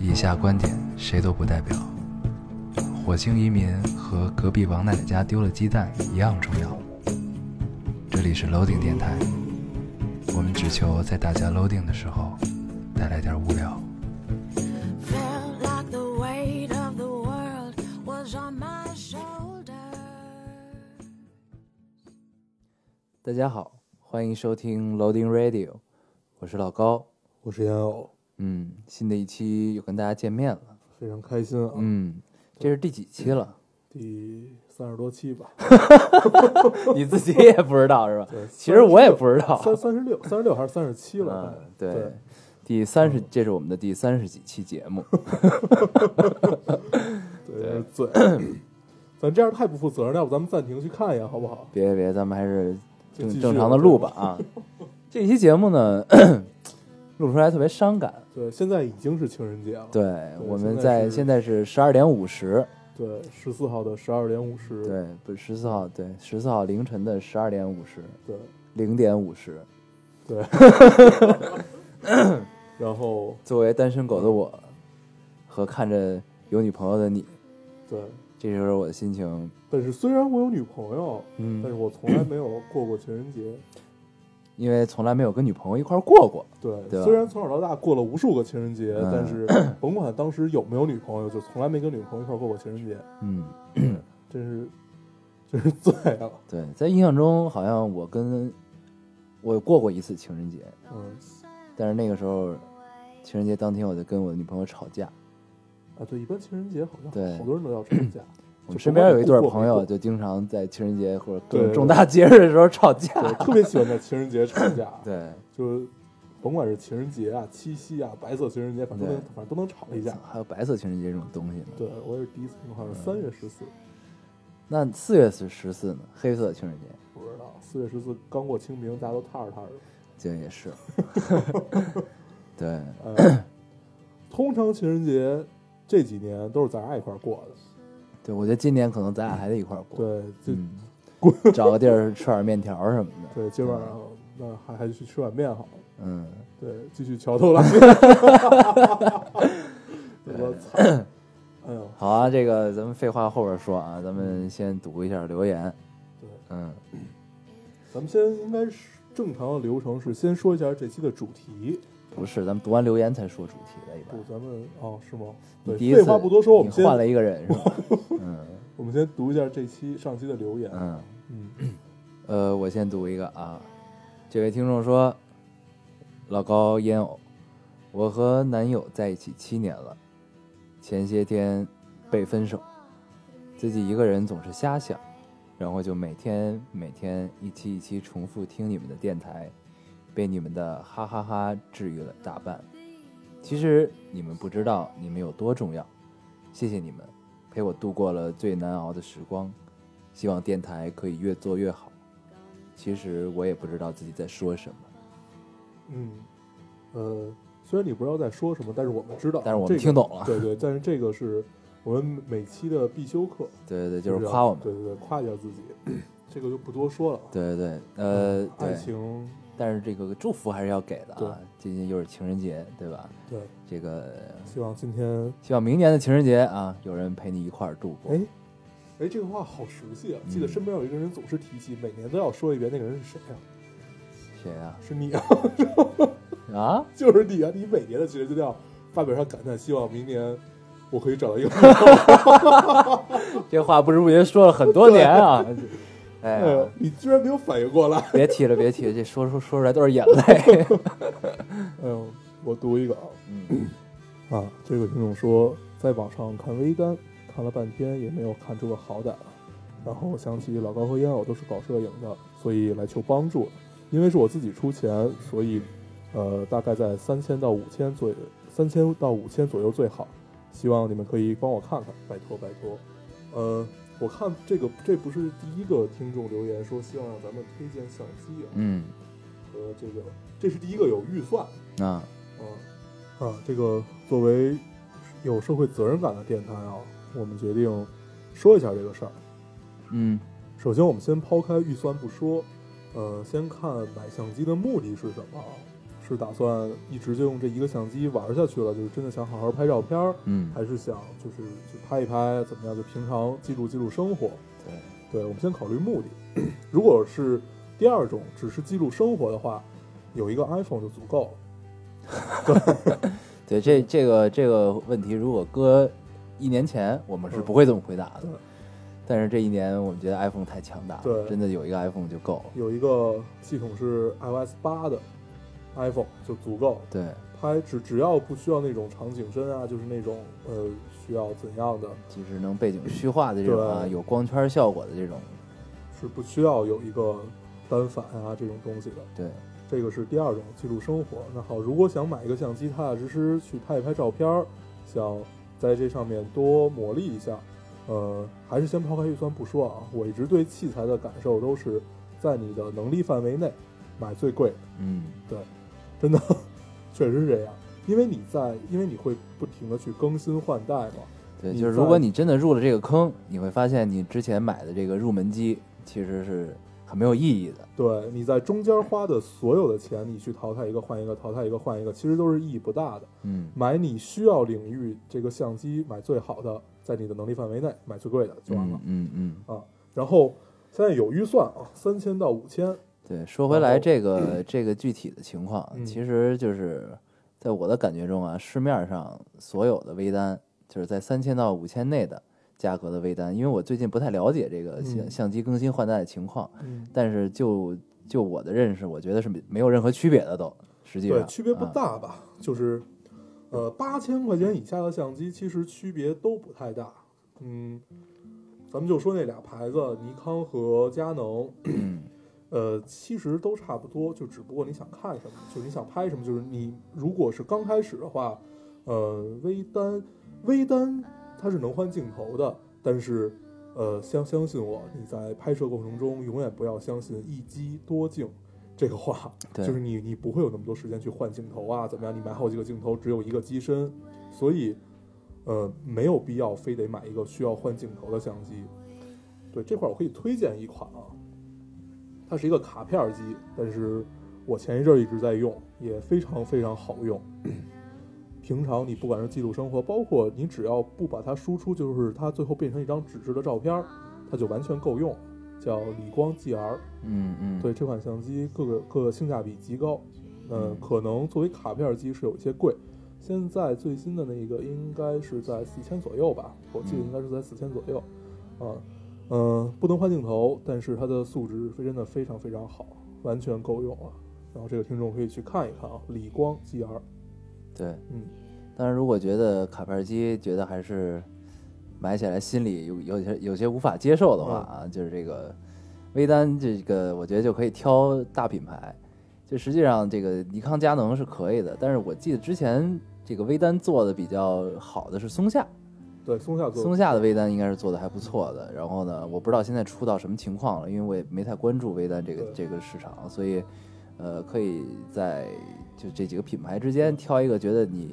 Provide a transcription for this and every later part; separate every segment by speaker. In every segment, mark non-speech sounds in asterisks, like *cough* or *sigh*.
Speaker 1: 以下观点谁都不代表。火星移民和隔壁王奶奶家丢了鸡蛋一样重要。这里是 Loading 电台，我们只求在大家 Loading 的时候带来点无聊。
Speaker 2: Felt like the weight of the world was on my shoulders.
Speaker 1: 大家好，欢迎收听 Loading Radio，我是老高。
Speaker 3: 我是烟偶，
Speaker 1: 嗯，新的一期又跟大家见面了。
Speaker 3: 非常开心啊！
Speaker 1: 嗯，这是第几期 *laughs* 了？
Speaker 3: 第三十多期吧，
Speaker 1: 你自己也不知道是吧？
Speaker 3: 对
Speaker 1: 其实我也不知道。
Speaker 3: 三三十六、三十六还是三十七了？反
Speaker 1: 嗯对，
Speaker 3: 正，对，
Speaker 1: 第三十，这是我们的第三十几期节目。
Speaker 3: 对，有点醉。咱这样太不负责任，要不咱们暂停去看一眼好不好？
Speaker 1: 别别别，咱们还是
Speaker 3: 就
Speaker 1: 嗯正
Speaker 3: 继续
Speaker 1: 正常的录吧啊。这期节目呢，录出来特别伤感。
Speaker 3: 对，现在已经是情人节了。
Speaker 1: 对，我们
Speaker 3: 现在
Speaker 1: 在
Speaker 3: 是
Speaker 1: 现在是十二点五十，
Speaker 3: 对，十四号的十二点五十，
Speaker 1: 对，不是十四号，对，十四号凌晨的十二点五十，
Speaker 3: 对
Speaker 1: 零点五十。
Speaker 3: 对 *laughs* 然后
Speaker 1: 作为单身狗的我，和看着有女朋友的你，
Speaker 3: 对，
Speaker 1: 这时候我的心情，
Speaker 3: 但是虽然我有女朋友，但
Speaker 1: 嗯
Speaker 3: 是，我从来没有过过情人节。
Speaker 1: 因为从来没有跟女朋友一块儿过过。
Speaker 3: 对，
Speaker 1: 对吧
Speaker 3: 虽然从小到大过了无数个情人节，
Speaker 1: 嗯 *coughs*
Speaker 3: 但是甭管当时有没有女朋友，就从来没跟女朋友一块儿过过情人节，
Speaker 1: 嗯，
Speaker 3: 真是真是醉了。
Speaker 1: 对，在印象中好像我跟我过过一次情人节，
Speaker 3: 嗯，
Speaker 1: 但是那个时候情人节当天我就跟我的女朋友吵架。
Speaker 3: 啊，对，一般情人节好像
Speaker 1: 对
Speaker 3: 好多人都要吵架，
Speaker 1: *laughs* 我
Speaker 3: 就
Speaker 1: 们身边有一对
Speaker 3: 不管
Speaker 1: 朋
Speaker 3: 你过
Speaker 1: 友
Speaker 3: 不
Speaker 1: 就经常在情人节或者各种
Speaker 3: 对
Speaker 1: 重大节日的时候吵架。，，
Speaker 3: 过对，特别喜欢在情人节吵架
Speaker 1: 对，
Speaker 3: 就是甭管是情人节啊、七夕啊、白色情人节，反正都能
Speaker 1: 对
Speaker 3: 反正都能吵一架。
Speaker 1: 还有白色情人节这种东西呢。
Speaker 3: 对，我也是第一次听，
Speaker 1: 嗯
Speaker 3: 好像是三月十四，
Speaker 1: 那四月十十四呢？黑色情人节，
Speaker 3: 不知道四月十四刚过清明，大家都踏实踏实。
Speaker 1: 这也
Speaker 3: *laughs*
Speaker 1: 是。对， *coughs*
Speaker 3: 哎通常情人节这几年都是咱俩一块儿过的，
Speaker 1: 对，我觉得今年可能咱俩还得一块儿过。
Speaker 3: 对，就
Speaker 1: 嗯，找个地儿吃点面条什么的。
Speaker 3: 对，今晚上那还还去吃碗面好了。
Speaker 1: 嗯，
Speaker 3: 对，继续桥头拉面。 *laughs* 我操！哎呦，
Speaker 1: 好啊，这个咱们废话后边说啊，咱们先读一下留言。
Speaker 3: 对，
Speaker 1: 嗯，
Speaker 3: 咱们先应该是正常的流程是先说一下这期的主题。
Speaker 1: 不是，咱们读完留言才说主题的，一
Speaker 3: 不
Speaker 1: 般，。
Speaker 3: 咱们哦，是吗？
Speaker 1: 你
Speaker 3: 对，
Speaker 1: 第一
Speaker 3: 废
Speaker 1: 次
Speaker 3: 话不多说，我
Speaker 1: 你
Speaker 3: 们先
Speaker 1: 换了一个人是吧？
Speaker 3: *laughs*
Speaker 1: 嗯
Speaker 3: 我们先读一下这期上期的留言。
Speaker 1: 嗯。
Speaker 3: 嗯，
Speaker 1: 呃，我先读一个啊，这位听众说：“老高烟偶，我和男友在一起七年了，前些天被分手，自己一个人总是瞎想，然后就每天每天一期一期重复听你们的电台，被你们的哈哈哈治愈了大半。其实你们不知道你们有多重要，谢谢你们，陪我度过了最难熬的时光。”希望电台可以越做越好。其实我也不知道自己在说什么，
Speaker 3: 嗯，呃，虽然你不知道在说什么，但是我们知道，
Speaker 1: 但是我
Speaker 3: 哦这
Speaker 1: 们
Speaker 3: 个
Speaker 1: 听懂了。
Speaker 3: 对对，但是这个是我们每期的必修课，
Speaker 1: 对对对，就是
Speaker 3: 要
Speaker 1: 夸我们。
Speaker 3: 对对对，夸一下自己，这个就不多说了。啊
Speaker 1: 对对对，呃，
Speaker 3: 嗯爱
Speaker 1: 对，
Speaker 3: 情，
Speaker 1: 但是这个祝福还是要给的
Speaker 3: 对
Speaker 1: 啊。最近又是情人节，对吧？
Speaker 3: 对，
Speaker 1: 这个
Speaker 3: 希望今天
Speaker 1: 希望明年的情人节啊，有人陪你一块儿度过。
Speaker 3: 哎，哎，这个话好熟悉啊！记得
Speaker 1: 嗯
Speaker 3: 身边有一个人总是提起，每年都要说一遍，那个人是谁啊？
Speaker 1: 谁啊？
Speaker 3: 是你啊， *laughs*
Speaker 1: 啊？
Speaker 3: 就是你啊！你每年的情人节都要发表上感叹，希望明年我可以找到一个女朋友。
Speaker 1: 这话不知不觉说了很多年
Speaker 3: *laughs*
Speaker 1: 啊。哎
Speaker 3: 哎呦
Speaker 1: 呀，
Speaker 3: *laughs* 你居然没有反应过来！
Speaker 1: 别提了，别提了，这说说说出来都是眼泪。
Speaker 3: *laughs* 哎呦，我读一个啊。
Speaker 1: 嗯
Speaker 3: 啊，这个听众说，在网上看微单，看了半天也没有看出个好歹。啊然后想起老高和烟偶都是搞摄影的，所以来求帮助。因为是我自己出钱，所以，呃，大概在三千到五千左右，三千到五千左右最好。希望你们可以帮我看看，拜托拜托。呃，我看这个这不是第一个听众留言说希望让咱们推荐相机啊，
Speaker 1: 嗯，
Speaker 3: 和这个这是第一个有预算，
Speaker 1: 那
Speaker 3: 啊，啊，这个作为有社会责任感的电台啊，我们决定说一下这个事儿。
Speaker 1: 嗯
Speaker 3: 首先，我们先抛开预算不说，呃，先看买相机的目的是什么啊？是打算一直就用这一个相机玩下去了，就是真的想好好拍照片儿，
Speaker 1: 嗯，
Speaker 3: 还是想就是去拍一拍怎么样？就平常记录记录生活。
Speaker 1: 对，
Speaker 3: 对，我们先考虑目的。 *coughs* 如果是第二种，只是记录生活的话，有一个 iPhone 就足够了。
Speaker 1: 对，这这个这个问题，如果搁一年前，我们是不会这么回答的。
Speaker 3: 嗯对
Speaker 1: 但是这一年，我们觉得 iPhone 太强大了，
Speaker 3: 对
Speaker 1: 真的有一个 iPhone 就够了。
Speaker 3: 有一个系统是 iOS 八的 iPhone 就足够了。
Speaker 1: 对，
Speaker 3: 拍只只要不需要那种场景深啊，就是那种呃需要怎样的，
Speaker 1: 就是能
Speaker 3: *clears throat*
Speaker 1: 背景虚化的这种啊，
Speaker 3: 对
Speaker 1: 有光圈效果的这种，
Speaker 3: 是不需要有一个单反啊这种东西的。
Speaker 1: 对，
Speaker 3: 这个是第二种记录生活。那好，如果想买一个相机，踏踏实实去拍一拍照片儿，想在这上面多磨砺一下，呃，还是先抛开预算不说啊。我一直对器材的感受都是在你的能力范围内买最贵的，
Speaker 1: 嗯，
Speaker 3: 真的，确实是这样。因为你在，因为你会不停的去更新换代嘛，
Speaker 1: 对，
Speaker 3: 你
Speaker 1: 就是
Speaker 3: 在
Speaker 1: 如果你真的入了这个坑，你会发现你之前买的这个入门机其实是很没有意义的。
Speaker 3: 对，你在中间花的所有的钱，你去淘汰一个换一个，淘汰一个换一个，其实都是意义不大的。
Speaker 1: 嗯，
Speaker 3: 买你需要领域这个相机，买最好的，在你的能力范围内买最贵的就完了
Speaker 1: 嗯、嗯嗯，
Speaker 3: 啊。然后现在有预算啊，三千到五千，
Speaker 1: 对。说回
Speaker 3: 然
Speaker 1: 来，
Speaker 3: 后
Speaker 1: 这个这个具体的情况，
Speaker 3: 嗯
Speaker 1: 其实就是在我的感觉中啊，市面上所有的微单，就是在三千到五千内的价格的微单，因为我最近不太了解这个相
Speaker 3: 嗯
Speaker 1: 相机更新换代的情况，
Speaker 3: 嗯，
Speaker 1: 但是就就我的认识，我觉得是没有任何区别的都，实际上
Speaker 3: 对，区别不
Speaker 1: 啊
Speaker 3: 大吧？就是，呃，八千块钱以下的相机其实区别都不太大。嗯，咱们就说那俩牌子，尼康和佳能，
Speaker 1: 嗯
Speaker 3: 呃，其实都差不多，就只不过你想看什么，就是你想拍什么，就是你如果是刚开始的话，呃，微单，微单它是能换镜头的，但是。呃，相相信我，你在拍摄过程中永远不要相信一机多镜这个话，
Speaker 1: 对，
Speaker 3: 就是你你不会有那么多时间去换镜头啊，怎么样？你买好几个镜头，只有一个机身，所以呃没有必要非得买一个需要换镜头的相机。对这块儿我可以推荐一款啊，它是一个卡片儿机，但是我前一阵儿一直在用，也非常非常好用。平常你不管是记录生活，包括你只要不把它输出，就是它最后变成一张纸质的照片儿，它就完全够用。叫理光 GR，
Speaker 1: 嗯嗯，
Speaker 3: 对这款相机各个各个性价比极高，呃
Speaker 1: 嗯，
Speaker 3: 可能作为卡片机是有一些贵。现在最新的那个应该是在四千左右吧，我记得
Speaker 1: 嗯
Speaker 3: 应该是在四千左右，啊，嗯，不能换镜头，但是它的素质非真的非常非常好，完全够用了。然后这个听众可以去看一看啊，理光 GR，
Speaker 1: 对，
Speaker 3: 嗯，
Speaker 1: 但是如果觉得卡片机觉得还是买起来心里有有些有些无法接受的话啊，就是这个微单这个，我觉得就可以挑大品牌。就实际上这个尼康、佳能是可以的，但是我记得之前这个微单做的比较好的是松下，
Speaker 3: 对，松下做
Speaker 1: 松下的微单应该是做的还不错的。然后呢，我不知道现在出到什么情况了，因为我也没太关注微单这个
Speaker 3: 对
Speaker 1: 这个市场，所以呃，可以在就这几个品牌之间挑一个觉得你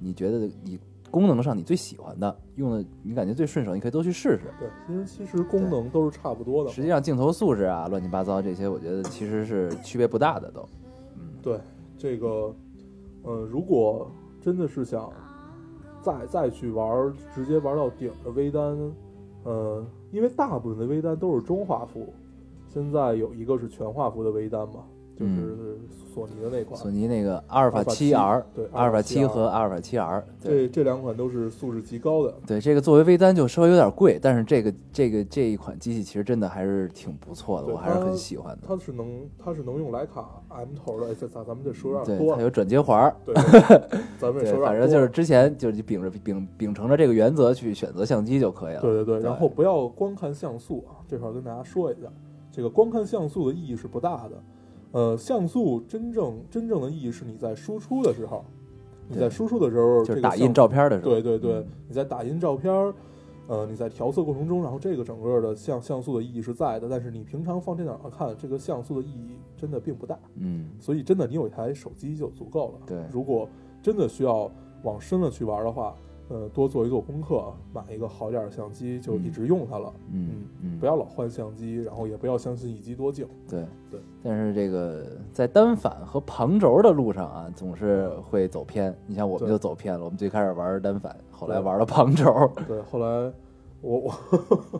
Speaker 1: 你觉得你功能上你最喜欢的，用的你感觉最顺手，你可以都去试试。
Speaker 3: 对，其实其实功能都是差不多的，
Speaker 1: 实际上镜头素质啊，乱七八糟这些，我觉得其实是区别不大的都。
Speaker 3: 对，这个，呃，如果真的是想再再去玩儿，直接玩到顶的微单，呃，因为大部分的微单都是中画幅，现在有一个是全画幅的微单嘛，就是索尼的那款，
Speaker 1: 嗯索尼那个阿尔法
Speaker 3: Alpha
Speaker 1: 七 R，
Speaker 3: 对
Speaker 1: 阿尔法
Speaker 3: Alpha
Speaker 1: 七
Speaker 3: 7R
Speaker 1: 和阿尔法七 R，对。
Speaker 3: 这这两款都是素质极高的，
Speaker 1: 对，这个作为微单就稍微有点贵，但是这个这个这一款机器其实真的还是挺不错的，
Speaker 3: 对
Speaker 1: 我还是很
Speaker 3: 它
Speaker 1: 喜欢的。
Speaker 3: 它是能它是能用徕卡 M 头的，哎，咱咱咱们这说有
Speaker 1: 对
Speaker 3: 点，多
Speaker 1: 它
Speaker 3: 了，
Speaker 1: 有转接环儿。
Speaker 3: 对，对咱们这
Speaker 1: *laughs* 对
Speaker 3: 说有点，多
Speaker 1: 反正就是
Speaker 3: 了
Speaker 1: 之前就是秉着秉秉承着这个原则去选择相机就可以了。
Speaker 3: 对对对，
Speaker 1: 对
Speaker 3: 然后不要光看像素啊，这块儿跟大家说一下，这个光看像素的意义是不大的。呃，像素真正真正的意义是你在输出的时候，你
Speaker 1: 对
Speaker 3: 在输出的时候，
Speaker 1: 就
Speaker 3: 这
Speaker 1: 是
Speaker 3: 个
Speaker 1: 打
Speaker 3: 像
Speaker 1: 印
Speaker 3: 素
Speaker 1: 照片的时候。
Speaker 3: 对对对
Speaker 1: 嗯，
Speaker 3: 你在打印照片儿，呃，你在调色过程中，然后这个整个的像像素的意义是在的，但是你平常放电脑上看，这个像素的意义真的并不大。
Speaker 1: 嗯，
Speaker 3: 所以真的你有一台手机就足够了。
Speaker 1: 对
Speaker 3: 如果真的需要往深了去玩的话，嗯、呃，多做一做功课，买一个好点儿的相机，就一直用它了。
Speaker 1: 嗯嗯，
Speaker 3: 不要老换相机，然后也不要相信一机多镜。
Speaker 1: 对
Speaker 3: 对。
Speaker 1: 但是这个在单反和旁轴的路上啊，总是会走偏。你像我们
Speaker 3: 对
Speaker 1: 就走偏了，我们最开始玩单反，后来
Speaker 3: 对
Speaker 1: 玩了旁轴。
Speaker 3: 对，后来我我 *laughs*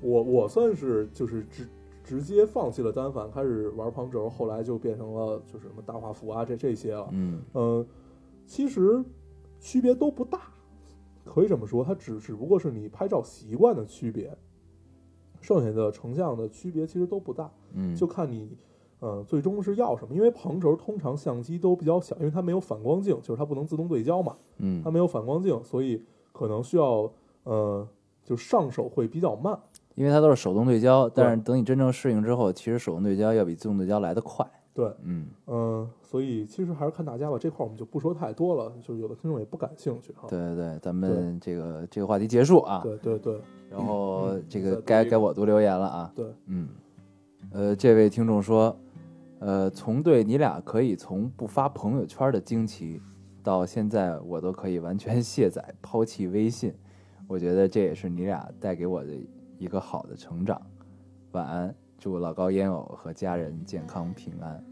Speaker 3: 我我算是就是直直接放弃了单反，开始玩旁轴，后来就变成了就是什么大画幅啊这这些了。
Speaker 1: 嗯
Speaker 3: 嗯，其实区别都不大，可以这么说，它只只不过是你拍照习惯的区别，剩下的成像的区别其实都不大，
Speaker 1: 嗯，
Speaker 3: 就看你。呃，最终是要什么？因为旁轴通常相机都比较小，因为它没有反光镜，就是它不能自动对焦嘛。
Speaker 1: 嗯
Speaker 3: 它，没有反光镜，所以可能需要呃，就上手会比较慢。
Speaker 1: 因为它都是手动对焦，
Speaker 3: 对
Speaker 1: 但是等你真正适应之后，其实手动对焦要比自动对焦来得快。
Speaker 3: 对，
Speaker 1: 嗯，
Speaker 3: 嗯、所以其实还是看大家吧，这块儿我们就不说太多了，就是有的听众也不感兴趣哈。
Speaker 1: 对对对，咱们这个这个话题结束啊。
Speaker 3: 对对对
Speaker 1: 然后这
Speaker 3: 再
Speaker 1: 个
Speaker 3: 读
Speaker 1: 该
Speaker 3: 一个
Speaker 1: 该我读留言了啊。
Speaker 3: 对，
Speaker 1: 嗯，呃，这位听众说，呃，从对你俩可以从不发朋友圈的惊奇，到现在我都可以完全卸载抛弃微信，我觉得这也是你俩带给我的一个好的成长。晚安，祝老高烟偶和家人健康平安。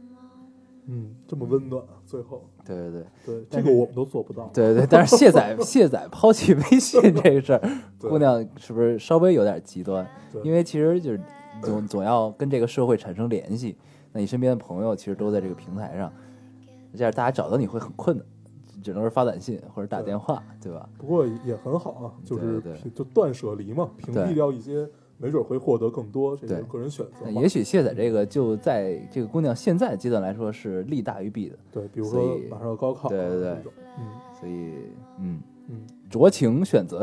Speaker 3: 嗯，这么温暖，最后
Speaker 1: 对对对
Speaker 3: 对这
Speaker 1: 但
Speaker 3: 个
Speaker 1: 是
Speaker 3: 我们都做不到。
Speaker 1: 对对对，但是卸
Speaker 3: *laughs*
Speaker 1: 载卸载抛弃微信这事儿，
Speaker 3: 对
Speaker 1: 姑娘是不是稍微有点极端？
Speaker 3: 对
Speaker 1: 因为其实就是总总要跟这个社会产生联系，那你身边的朋友其实都在这个平台上，这样大家找到你会很困难，只能是发短信或者打
Speaker 3: 对
Speaker 1: 电话，对吧？
Speaker 3: 不过也很好啊，就是
Speaker 1: 对对
Speaker 3: 平就断舍离嘛，屏
Speaker 1: 对
Speaker 3: 蔽掉一些，没准会获得更多，这
Speaker 1: 对
Speaker 3: 是个人选择
Speaker 1: 那
Speaker 3: 嘛。
Speaker 1: 也许卸载这个就在这个姑娘现在的阶段来说是利大于弊的，
Speaker 3: 对，比如
Speaker 1: 所
Speaker 3: 说
Speaker 1: 以
Speaker 3: 马上要高考啊，
Speaker 1: 对对对
Speaker 3: 这种，嗯
Speaker 1: 所以嗯，
Speaker 3: 嗯，
Speaker 1: 酌情选
Speaker 3: *laughs*
Speaker 1: 择，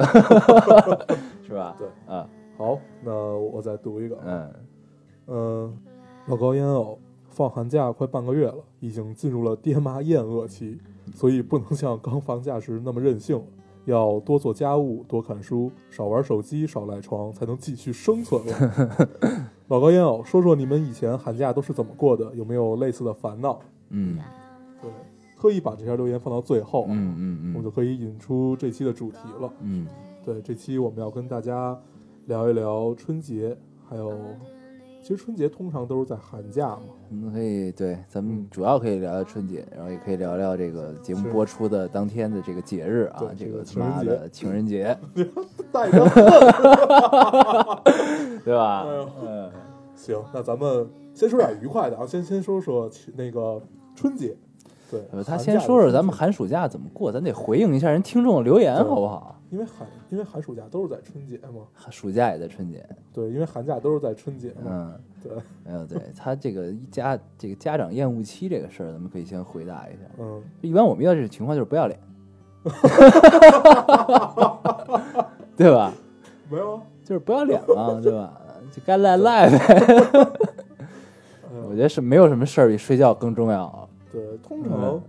Speaker 1: 是吧？
Speaker 3: 对，
Speaker 1: 啊，
Speaker 3: 好，那我再读一个，啊
Speaker 1: 嗯
Speaker 3: 嗯，老高烟偶放寒假快半个月了，已经进入了爹妈厌恶期，所以不能像刚放假时那么任性了，要多做家务，多看书，少玩手机，少赖床，才能继续生存了。
Speaker 1: *laughs*
Speaker 3: 老高烟偶，说说你们以前寒假都是怎么过的？有没有类似的烦恼？
Speaker 1: 嗯
Speaker 3: 对，特意把这条留言放到最后，啊
Speaker 1: 嗯嗯
Speaker 3: 我
Speaker 1: 嗯
Speaker 3: 们就可以引出这期的主题了。
Speaker 1: 嗯，
Speaker 3: 对，这期我们要跟大家聊一聊春节，还有其实春节通常都是在寒假嘛，
Speaker 1: 我们可以对，咱们主要可以聊聊春节，然后也可以聊聊这个节目
Speaker 3: 嗯是
Speaker 1: 播出的当天的这个节日啊，
Speaker 3: 对
Speaker 1: 这
Speaker 3: 这
Speaker 1: 个
Speaker 3: 个
Speaker 1: 他妈
Speaker 3: 情人节
Speaker 1: 的情人节，
Speaker 3: 带着。
Speaker 1: 对吧？
Speaker 3: 哎呦
Speaker 1: 嗯，
Speaker 3: *laughs* 行，那咱们先说点愉快的啊，先先说说其那个春节。对
Speaker 1: 呃，他
Speaker 3: 寒
Speaker 1: 先
Speaker 3: 假的
Speaker 1: 说说
Speaker 3: 春
Speaker 1: 咱们
Speaker 3: 节
Speaker 1: 寒暑假怎么过，咱得回应一下人听众的留言，
Speaker 3: 对
Speaker 1: 好不好？
Speaker 3: 因为寒因为寒暑假都是在春节嘛，
Speaker 1: 暑假也在春节，
Speaker 3: 对，因为寒假都是在春节嘛，
Speaker 1: 嗯，
Speaker 3: 对，
Speaker 1: 哎呦，对他这个一家这个家长厌恶期这个事儿，咱们可以先回答一下。
Speaker 3: 嗯，
Speaker 1: 一般我们遇到这种情况就是不要脸，
Speaker 3: *laughs*
Speaker 1: 对吧？
Speaker 3: 没有啊，
Speaker 1: 就是不要脸嘛，对吧？就该赖赖呗。我
Speaker 3: 嗯，
Speaker 1: 觉得是没有什么事儿比睡觉更重要。啊
Speaker 3: 对，通
Speaker 1: 嗯
Speaker 3: 常。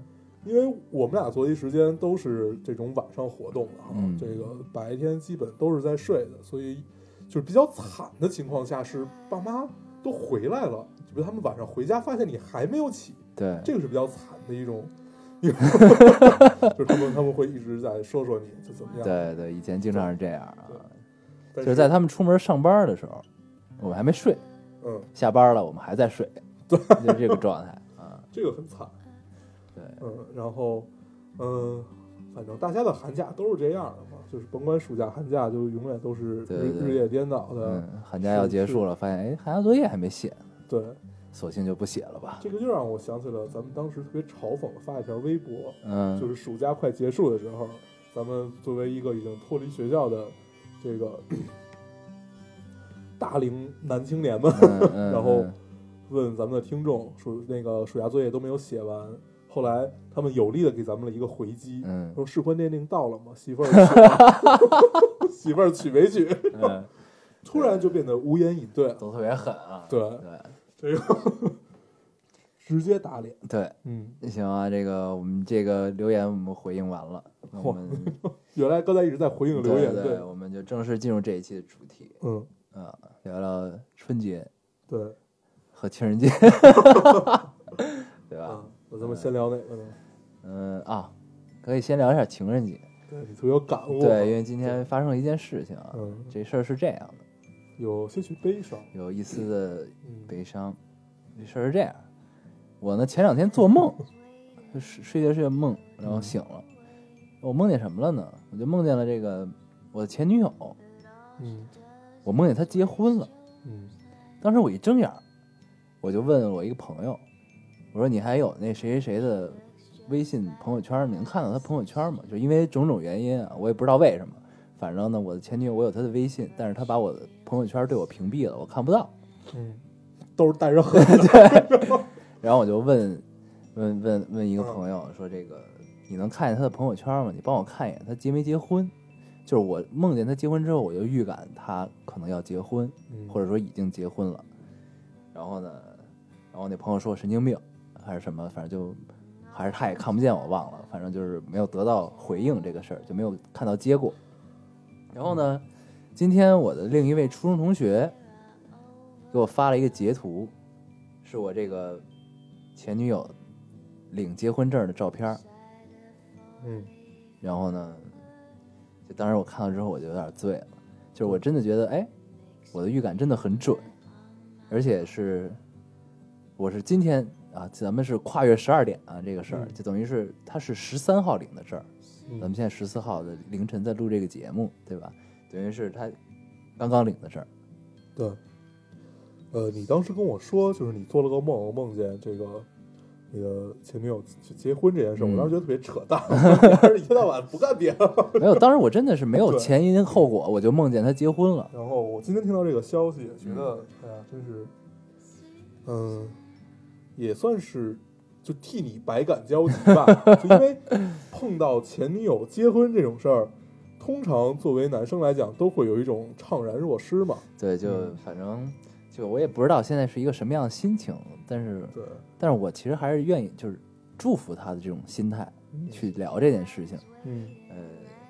Speaker 3: 因为我们俩作息时间都是这种晚上活动的啊，
Speaker 1: 嗯
Speaker 3: 这个白天基本都是在睡的，所以就是比较惨的情况下是爸妈都回来了，就比如他们晚上回家发现你还没有起，
Speaker 1: 对，
Speaker 3: 这个是比较惨的一种， *laughs* 一种就是他们他们会一直在说说你就怎么样，
Speaker 1: 对对，以前经常是这样啊，
Speaker 3: 但
Speaker 1: 就是在他们出门上班的时候，我们还没睡，
Speaker 3: 嗯，
Speaker 1: 下班了我们还在
Speaker 3: *laughs*
Speaker 1: 睡，就是这个状态啊。
Speaker 3: 这个很惨，
Speaker 1: 对，
Speaker 3: 嗯，然后嗯，反正大家的寒假都是这样的嘛，就是甭管暑假寒假，就永远都是日
Speaker 1: 对对对
Speaker 3: 日夜颠倒的，
Speaker 1: 嗯，寒假要结束了，发现哎，寒假作业还没写，
Speaker 3: 对，
Speaker 1: 索性就不写了吧。
Speaker 3: 这个就让我想起了咱们当时特别嘲讽的发一条微博，就
Speaker 1: 嗯，
Speaker 3: 是暑假快结束的时候，咱们作为一个已经脱离学校的这个 *clears throat* 大龄男青年们，
Speaker 1: 嗯嗯
Speaker 3: *laughs* 然后
Speaker 1: 嗯
Speaker 3: 问咱们的听众暑那个暑假作业都没有写完，后来他们有力的给咱们了一个回击， *laughs*
Speaker 1: 嗯
Speaker 3: 说事关奠定到了吗？ *laughs* 媳妇儿娶 *laughs* 媳妇儿娶没娶？
Speaker 1: 嗯，
Speaker 3: 突然就变得无言以对了，
Speaker 1: 都特别狠啊。
Speaker 3: 对，
Speaker 1: 对
Speaker 3: 这个直接打脸，
Speaker 1: 对，
Speaker 3: 嗯，
Speaker 1: 行啊，这个我们这个留言我们回应完了，那我们
Speaker 3: 原来刚才一直在回应留
Speaker 1: 对
Speaker 3: 言，
Speaker 1: 对，我们就正式进入这一期的主题
Speaker 3: 嗯，
Speaker 1: 啊，聊聊春节
Speaker 3: 对，
Speaker 1: 和情人节，对吧？
Speaker 3: 嗯啊，那咱们先聊哪个呢？
Speaker 1: 嗯啊，可以先聊一下情人节。
Speaker 3: 对，特别有感悟。
Speaker 1: 对，因为今天发生了一件事情啊，
Speaker 3: 哦嗯，
Speaker 1: 这事儿是这样的，
Speaker 3: 有些许悲伤。
Speaker 1: 有一丝的
Speaker 3: 嗯，
Speaker 1: 悲伤。这事儿是这样，我呢前两天做梦，就睡睡着睡着梦，然后醒了。我梦见什么了呢？我就梦见了这个我的前女友，
Speaker 3: 嗯
Speaker 1: 我梦见她结婚了。
Speaker 3: 嗯
Speaker 1: 当时我一睁眼儿，我就问我一个朋友，我说你还有那谁谁谁的微信朋友圈儿，你能看到他朋友圈儿吗？就因为种种原因啊，我也不知道为什么，反正呢，我的前女友我有她的微信，但是她把我的朋友圈儿对我屏蔽了，我看不到。
Speaker 3: 嗯，都是带着恨的。
Speaker 1: 然后我就问问问问一个朋友说：“这个你能看见他的朋友圈吗？你帮我看一眼，他结没结婚？”就是我梦见他结婚之后，我就预感他可能要结婚，
Speaker 3: 嗯
Speaker 1: 或者说已经结婚了。然后呢，然后那朋友说我神经病还是什么，反正就还是他也看不见我忘了，反正就是没有得到回应这个事儿，就没有看到结果。然后呢，今天我的另一位初中同学给我发了一个截图，是我这个前女友领结婚证的照片儿。
Speaker 3: 嗯
Speaker 1: 然后呢，就当时我看到之后我就有点醉了，就是我真的觉得，哎，我的预感真的很准，而且是我是今天啊，咱们是跨越十二点啊这个事儿，
Speaker 3: 嗯
Speaker 1: 就等于是他是十三号领的证儿，咱们
Speaker 3: 嗯
Speaker 1: 现在十四号的凌晨在录这个节目，对吧？等于是他刚刚领的
Speaker 3: *laughs*
Speaker 1: 证儿，
Speaker 3: 对。呃，你当时跟我说，就是你做了个梦，我梦见这个你的前女友结结婚这件事，
Speaker 1: 嗯
Speaker 3: 我当时觉得特别扯淡，我 *laughs* 当时一天到晚不干别的。
Speaker 1: 没有，当时我真的是没有
Speaker 3: 对
Speaker 1: 前因后果，我就梦见他结婚了，
Speaker 3: 然后我今天听到这个消息，觉得哎呀，真是，嗯，也算是就替你百感交集吧，就因为碰到前女友结婚这种事儿，通常作为男生来讲，都会有一种怅然若失嘛。
Speaker 1: 对，就
Speaker 3: 嗯
Speaker 1: 反正就我也不知道现在是一个什么样的心情，但是。
Speaker 3: 对，
Speaker 1: 但是我其实还是愿意就是祝福他的这种心态
Speaker 3: 嗯
Speaker 1: 去聊这件事情，
Speaker 3: 嗯
Speaker 1: 呃，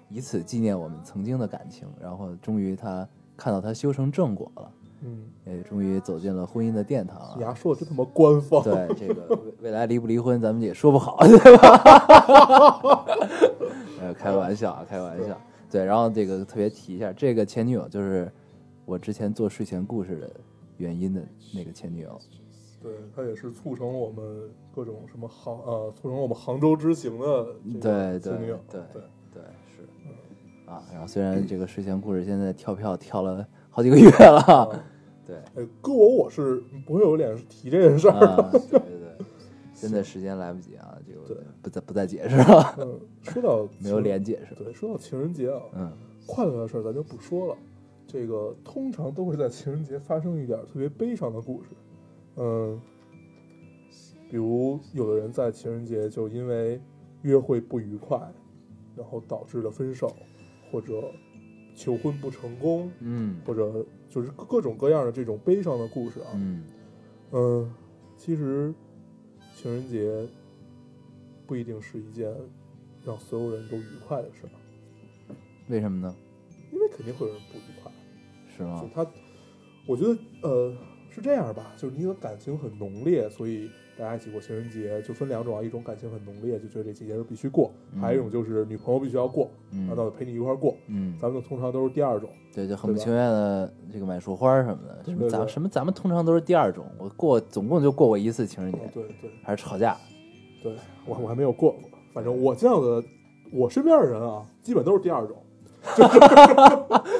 Speaker 1: 以此纪念我们曾经的感情。然后终于他看到他修成正果了，
Speaker 3: 嗯，
Speaker 1: 也终于走进了婚姻的殿堂
Speaker 3: 你
Speaker 1: 啊。
Speaker 3: 丫说的真他妈官方，
Speaker 1: 对这个未未来离不离婚，咱们也说不好，对吧？ *laughs* 呃，开玩笑，啊，开玩笑。对，然后这个特别提一下，这个前女友就是我之前做睡前故事的原因的那个前女友。
Speaker 3: 对，它也是促成了我们各种什么杭呃，促成了我们杭州之行的这个
Speaker 1: 对对
Speaker 3: 前女友，
Speaker 1: 对
Speaker 3: 对，
Speaker 1: 对，是啊。然后虽然这个睡前故事现在跳票跳了好几个月了，
Speaker 3: 啊
Speaker 1: 对，
Speaker 3: 哎，搁我我是不会有脸提这件事儿。
Speaker 1: 啊，对对对，真的时间来不及啊，这
Speaker 3: 对
Speaker 1: 个不再不再解释了，
Speaker 3: 嗯，说到
Speaker 1: *laughs* 没有
Speaker 3: 情
Speaker 1: 脸解释。
Speaker 3: 对，说到情人节啊，
Speaker 1: 嗯，
Speaker 3: 快乐的事儿咱就不说了。这个通常都会在情人节发生一点儿特别悲伤的故事，嗯，比如有的人在情人节就因为约会不愉快，然后导致了分手，或者求婚不成功，
Speaker 1: 嗯
Speaker 3: 或者就是各各种各样的这种悲伤的故事啊。
Speaker 1: 嗯，
Speaker 3: 嗯，其实情人节不一定是一件让所有人都愉快的事儿，
Speaker 1: 为什么呢？
Speaker 3: 因为肯定会有人不愉快。
Speaker 1: 是吗
Speaker 3: 就？他，我觉得呃是这样吧，就是你的感情很浓烈，所以大家一起过情人节就分两种啊，一种感情很浓烈，就觉得这节日必须过，
Speaker 1: 嗯
Speaker 3: 还有一种就是女朋友必须要过，啊那到
Speaker 1: 嗯
Speaker 3: 底陪你一块儿过。
Speaker 1: 嗯，
Speaker 3: 咱们通常都是第二种，
Speaker 1: 对，就很不
Speaker 3: 对吧
Speaker 1: 情愿的这个买束花儿什么的，
Speaker 3: 对
Speaker 1: 什
Speaker 3: 对
Speaker 1: 么咱
Speaker 3: 对
Speaker 1: 什么咱们通常都是第二种，我过总共就过过一次情人
Speaker 3: 哦
Speaker 1: 节，
Speaker 3: 对对
Speaker 1: 还是吵架。
Speaker 3: 对，我我还没有过过，反正我见到的我身边的人啊，基本都是第二种，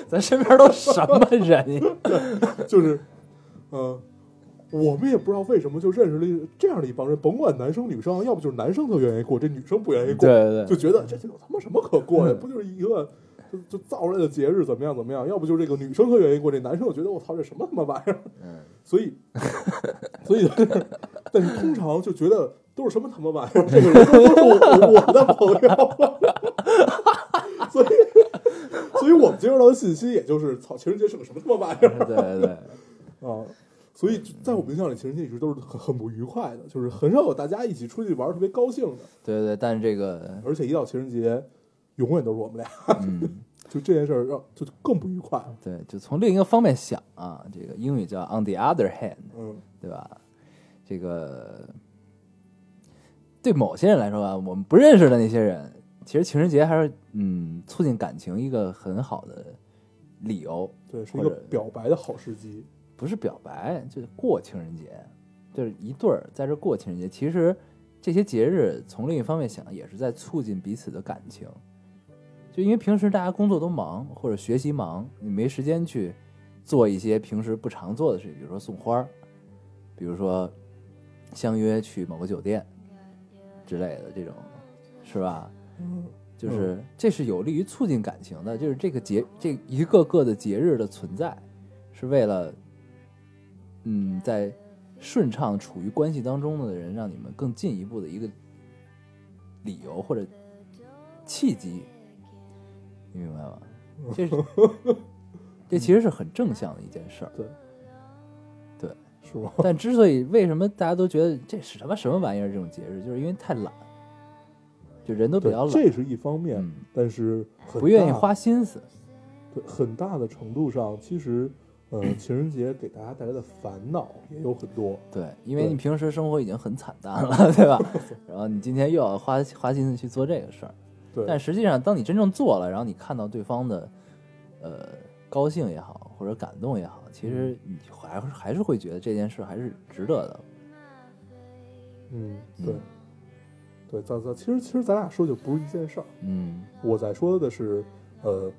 Speaker 1: 咱身边都 *laughs* 什么人呀？
Speaker 3: 就是，呃，我们也不知道为什么就认识了一这样的一帮人，甭管男生女生，要不就是男生特愿意过，这女生不愿
Speaker 1: 对
Speaker 3: 意过，
Speaker 1: 对
Speaker 3: 就
Speaker 1: 对，
Speaker 3: 觉得这这有他妈什么可过的？
Speaker 1: 嗯
Speaker 3: 不就是一个就就造出来的节日怎么样怎么样？要不就是这个女生特愿意过，这男生就觉得我操这什么他妈玩意儿？
Speaker 1: 嗯，
Speaker 3: 所以， *laughs* 所以就是，但是通常就觉得都是什么他妈玩
Speaker 1: *laughs*
Speaker 3: 意儿？这个人都都是我我们的朋友， *laughs* 所以所以我们接收到的信息也就是操情人节是个什么他妈玩意儿
Speaker 1: 对对对。嗯
Speaker 3: 啊！所以就在我们印象里，情人节一直都是很很不愉快的，就是很少有大家一起出去玩儿特别高兴的，
Speaker 1: 对对，对，但是这
Speaker 3: *laughs*
Speaker 1: 个，
Speaker 3: 而且一到情人节，永远都是我们俩。
Speaker 1: 嗯，
Speaker 3: 就这件事儿让就更不愉快了。
Speaker 1: 对，就从另一个方面想啊，这个英语叫 on the other hand，
Speaker 3: 嗯
Speaker 1: 对吧？这个对某些人来说啊，我们不认识的那些人，其实情人节还是嗯促进感情一个很好的理由，
Speaker 3: 对，是一个
Speaker 1: 或者
Speaker 3: 表白的好时机。
Speaker 1: 不是表白，就是过情人节，就是一对儿在这过情人节。其实这些节日从另一方面想，也是在促进彼此的感情。就因为平时大家工作都忙或者学习忙，你没时间去做一些平时不常做的事情，比如说送花儿，比如说相约去某个酒店之类的这种，是吧？
Speaker 3: 嗯，
Speaker 1: 就是这是有利于促进感情的，就是这个节这一个个的节日的存在，是为了，嗯，在顺畅处于关系当中的人，让你们更进一步的一个理由或者契机，你明白吗？这
Speaker 3: *laughs*
Speaker 1: 是这其实是很正向的一件事儿，
Speaker 3: 对，
Speaker 1: 对，
Speaker 3: 是吗？
Speaker 1: 但之所以为什么大家都觉得这是什么什么玩意儿这种节日，就是因为太懒，就人都比
Speaker 3: 对
Speaker 1: 较，懒，
Speaker 3: 这是一方面，
Speaker 1: 嗯
Speaker 3: 但是很
Speaker 1: 不愿意
Speaker 3: 大
Speaker 1: 花心思。
Speaker 3: 对，很大的程度上，其实，呃，
Speaker 1: *clears throat*
Speaker 3: 情人节给大家带来的烦恼也有很多。
Speaker 1: 对，因为
Speaker 3: 对
Speaker 1: 你平时生活已经很惨淡
Speaker 3: *laughs*
Speaker 1: 了，对吧？然后你今天又要花花心思去做这个事儿，
Speaker 3: 对，
Speaker 1: 但实际上，当你真正做了，然后你看到对方的，呃，高兴也好，或者感动也好，其实你还是还是会觉得这件事还是值得的。
Speaker 3: 嗯，
Speaker 1: 嗯
Speaker 3: 对，对，咱咱其实其实咱俩说就不是一件事儿。
Speaker 1: 嗯，
Speaker 3: 我在说的是，呃，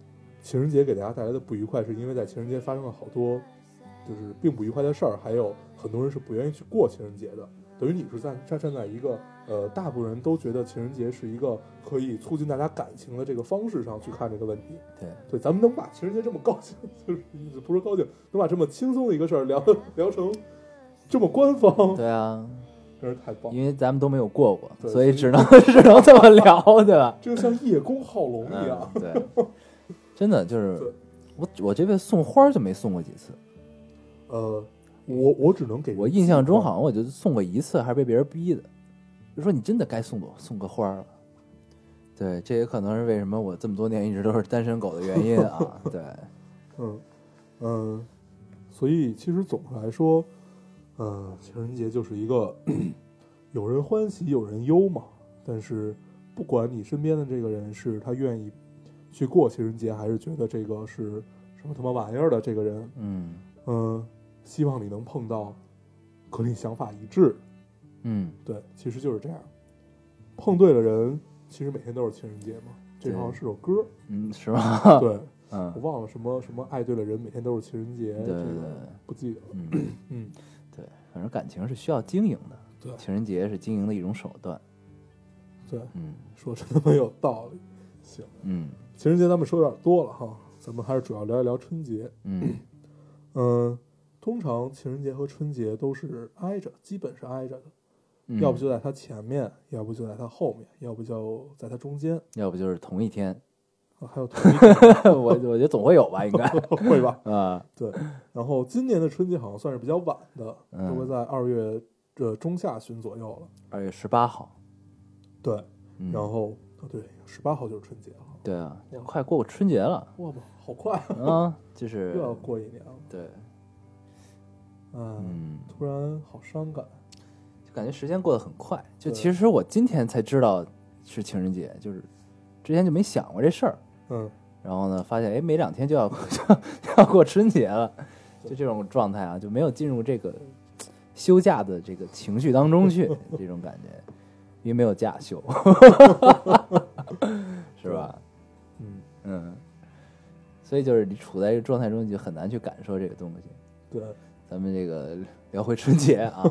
Speaker 3: 情人节给大家带来的不愉快，是因为在情人节发生了好多就是并不愉快的事儿，还有很多人是不愿意去过情人节的。等于你是在站站在一个呃，大部分人都觉得情人节是一个可以促进大家感情的这个方式上去看这个问题。
Speaker 1: 对，
Speaker 3: 对，咱们能把情人节这么高兴， *laughs* 就是不是高兴，能把这么轻松的一个事儿聊 *laughs* 聊成这么官方，
Speaker 1: 对啊，
Speaker 3: 真是太棒了！
Speaker 1: 因为咱们都没有过过，
Speaker 3: 对
Speaker 1: 所以
Speaker 3: 所
Speaker 1: 只能 *laughs* 只能这么聊，对吧？
Speaker 3: 这个像叶公好龙一
Speaker 1: 嗯
Speaker 3: 样，，
Speaker 1: 对，真的就是
Speaker 3: 对
Speaker 1: 我我这辈子送花儿就没送过几次，
Speaker 3: 呃，我我只能给
Speaker 1: 嗯我印象中好像我就送过一次，还是被别人逼的，就说你真的该送朵送个花儿了。对，这也可能是为什么我这么多年一直都是单身狗的原因啊。
Speaker 3: *laughs*
Speaker 1: 对，
Speaker 3: 嗯嗯，所以其实总的来说，呃，情人节就是一个有人欢喜有人忧嘛。但是不管你身边的这个人是他愿意去过情人节，还是觉得这个是什么他妈玩意儿的这个人，
Speaker 1: 嗯
Speaker 3: 嗯，希望你能碰到和你想法一致。
Speaker 1: 嗯，
Speaker 3: 对，其实就是这样，碰对了人，其实每天都是情人节嘛。这
Speaker 1: 对
Speaker 3: 好像是
Speaker 1: *laughs*
Speaker 3: 首歌，
Speaker 1: 嗯，是吗？
Speaker 3: 对我
Speaker 1: 嗯，
Speaker 3: 忘了什么什么爱对了人，每天都是情人节，
Speaker 1: 对
Speaker 3: 这
Speaker 1: 对
Speaker 3: 个
Speaker 1: 对，
Speaker 3: 不记得了。
Speaker 1: 嗯，
Speaker 3: 嗯，
Speaker 1: 对，反正感情是需要经营的，
Speaker 3: 对
Speaker 1: 情人节是经营的一种手段。
Speaker 3: 对，
Speaker 1: 嗯
Speaker 3: 说真的没有道理。 *laughs* 行，
Speaker 1: 嗯
Speaker 3: 情人节咱们说有点多了哈，咱们还是主要聊一聊春节。 *clears throat*
Speaker 1: 嗯，
Speaker 3: 嗯，通常情人节和春节都是挨着，基本是挨着的，
Speaker 1: 嗯
Speaker 3: 要不就在它前面，要不就在它后面，要不就在它中间，
Speaker 1: 要不就是同一天， *laughs*
Speaker 3: 啊还有同一天
Speaker 1: 我我觉得总会有吧，
Speaker 3: *laughs*
Speaker 1: 应该 *laughs*
Speaker 3: 会吧？
Speaker 1: 啊，
Speaker 3: 对，然后今年的春节好像算是比较晚的，
Speaker 1: 嗯
Speaker 3: 都会在二月呃中下旬左右了。
Speaker 1: 二月十八号。
Speaker 3: 对，
Speaker 1: 嗯
Speaker 3: 然后啊对，十八号就是春节了，
Speaker 1: 对啊，快过春节了
Speaker 3: 哇吧，好快啊，
Speaker 1: 啊，就是
Speaker 3: 又要过一年了，
Speaker 1: 对，
Speaker 3: 嗯，
Speaker 1: 嗯。
Speaker 3: 突然好伤感。
Speaker 1: 就感觉时间过得很快。就
Speaker 3: 对
Speaker 1: 其实我今天才知道是情人节，就是之前就没想过这事儿。
Speaker 3: 嗯，
Speaker 1: 然后呢，发现哎，没两天就要 *laughs* 就要过春节了，就这种状态啊，就没有进入这个休假的这个情绪当中
Speaker 3: *laughs*
Speaker 1: 去，这种感觉，因为没有假休， *laughs* 是吧？
Speaker 3: 嗯，
Speaker 1: 嗯，所以就是你处在这个状态中，你就很难去感受这个东西。
Speaker 3: 对，
Speaker 1: 咱们这个聊回春节啊，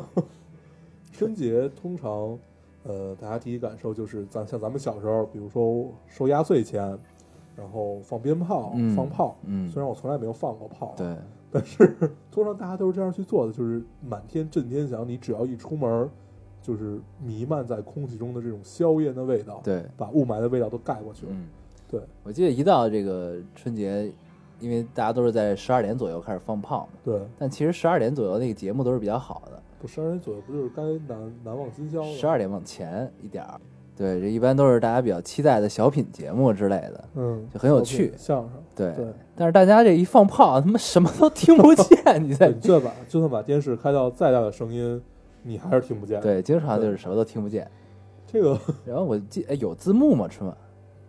Speaker 3: 春节通常，呃，大家第一感受就是咱像咱们小时候，比如说收压岁钱，然后放鞭炮、
Speaker 1: 嗯
Speaker 3: 放炮，
Speaker 1: 嗯
Speaker 3: 虽然我从来没有放过炮，，
Speaker 1: 对，
Speaker 3: 但是通常大家都是这样去做的，就是满天震天响，你只要一出门儿，就是弥漫在空气中的这种硝烟的味道，，
Speaker 1: 对，
Speaker 3: 把雾霾的味道都盖过去了，
Speaker 1: 嗯。
Speaker 3: 对，
Speaker 1: 我记得一到这个春节，因为大家都是在十二点左右开始放炮嘛，
Speaker 3: 对，
Speaker 1: 但其实十二点左右那个节目都是比较好的，
Speaker 3: 不，十二点左右不就是该难难忘今宵了？
Speaker 1: 十二点往前一点儿，对，这一般都是大家比较期待的小品节目之类的，
Speaker 3: 嗯，
Speaker 1: 就很有
Speaker 3: 小品
Speaker 1: 趣
Speaker 3: 相声。
Speaker 1: 对。
Speaker 3: 对
Speaker 1: 但是大家这一放炮，他妈什么都听不见，你
Speaker 3: *laughs*
Speaker 1: 在
Speaker 3: 对，你就算把就算把电视开到再大的声音，你还是听不见。，
Speaker 1: 对，经常就是什么都听不见。
Speaker 3: 这个
Speaker 1: 然后我记哎有字幕吗？春晚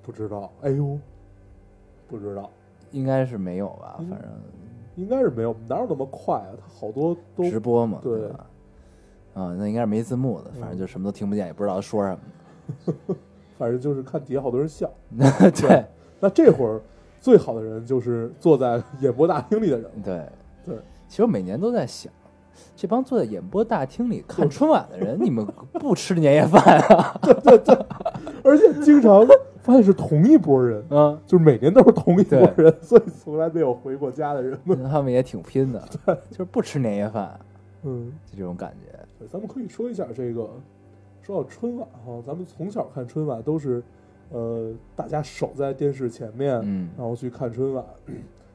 Speaker 3: 不知道，哎呦，不知道，
Speaker 1: 应该是没有吧，
Speaker 3: 嗯
Speaker 1: 反正
Speaker 3: 应该是没有，哪有那么快啊？他好多都
Speaker 1: 直播嘛，
Speaker 3: 对嗯
Speaker 1: 吧？啊，那应该是没字幕的，反正就什么都听不见，也不知道说什
Speaker 3: 反正就是看底下好多人笑。
Speaker 1: 么。 *laughs* 对
Speaker 3: 那这会儿最好的人就是坐在 *laughs* 演播大厅里的人，
Speaker 1: 对
Speaker 3: 对，
Speaker 1: 其实我每年都在想，这帮坐在演播大厅里看春晚的
Speaker 3: *laughs*
Speaker 1: 人，你们不吃年夜饭啊？
Speaker 3: 而且经常发现是同一拨人，
Speaker 1: 嗯，
Speaker 3: 就是每年都是同一拨
Speaker 1: 对
Speaker 3: 人，所以从来没有回过家的人们。
Speaker 1: 他们也挺拼
Speaker 3: *laughs*
Speaker 1: 的，就是不吃年夜饭，
Speaker 3: 嗯，
Speaker 1: 就这种感觉。
Speaker 3: 对咱们可以说一下这个，说到春晚哈，咱们从小看春晚都是，呃，大家守在电视前面，
Speaker 1: 嗯，
Speaker 3: 然后去看春晚。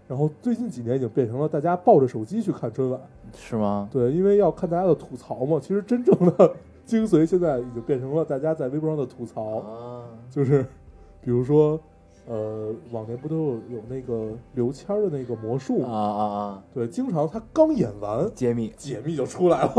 Speaker 3: 然后最近几年已经变成了大家抱着手机去看春晚，
Speaker 1: 是吗？
Speaker 3: 对，因为要看大家的吐槽嘛。其实真正的精髓现在已经变成了大家在微博上的吐槽，
Speaker 1: 啊，
Speaker 3: 就是比如说，呃，往年不都有有那个刘谦儿的那个魔术
Speaker 1: 啊
Speaker 3: 吗？
Speaker 1: 啊啊！
Speaker 3: 对，经常他刚演完，
Speaker 1: 揭秘，
Speaker 3: 解密就出来了，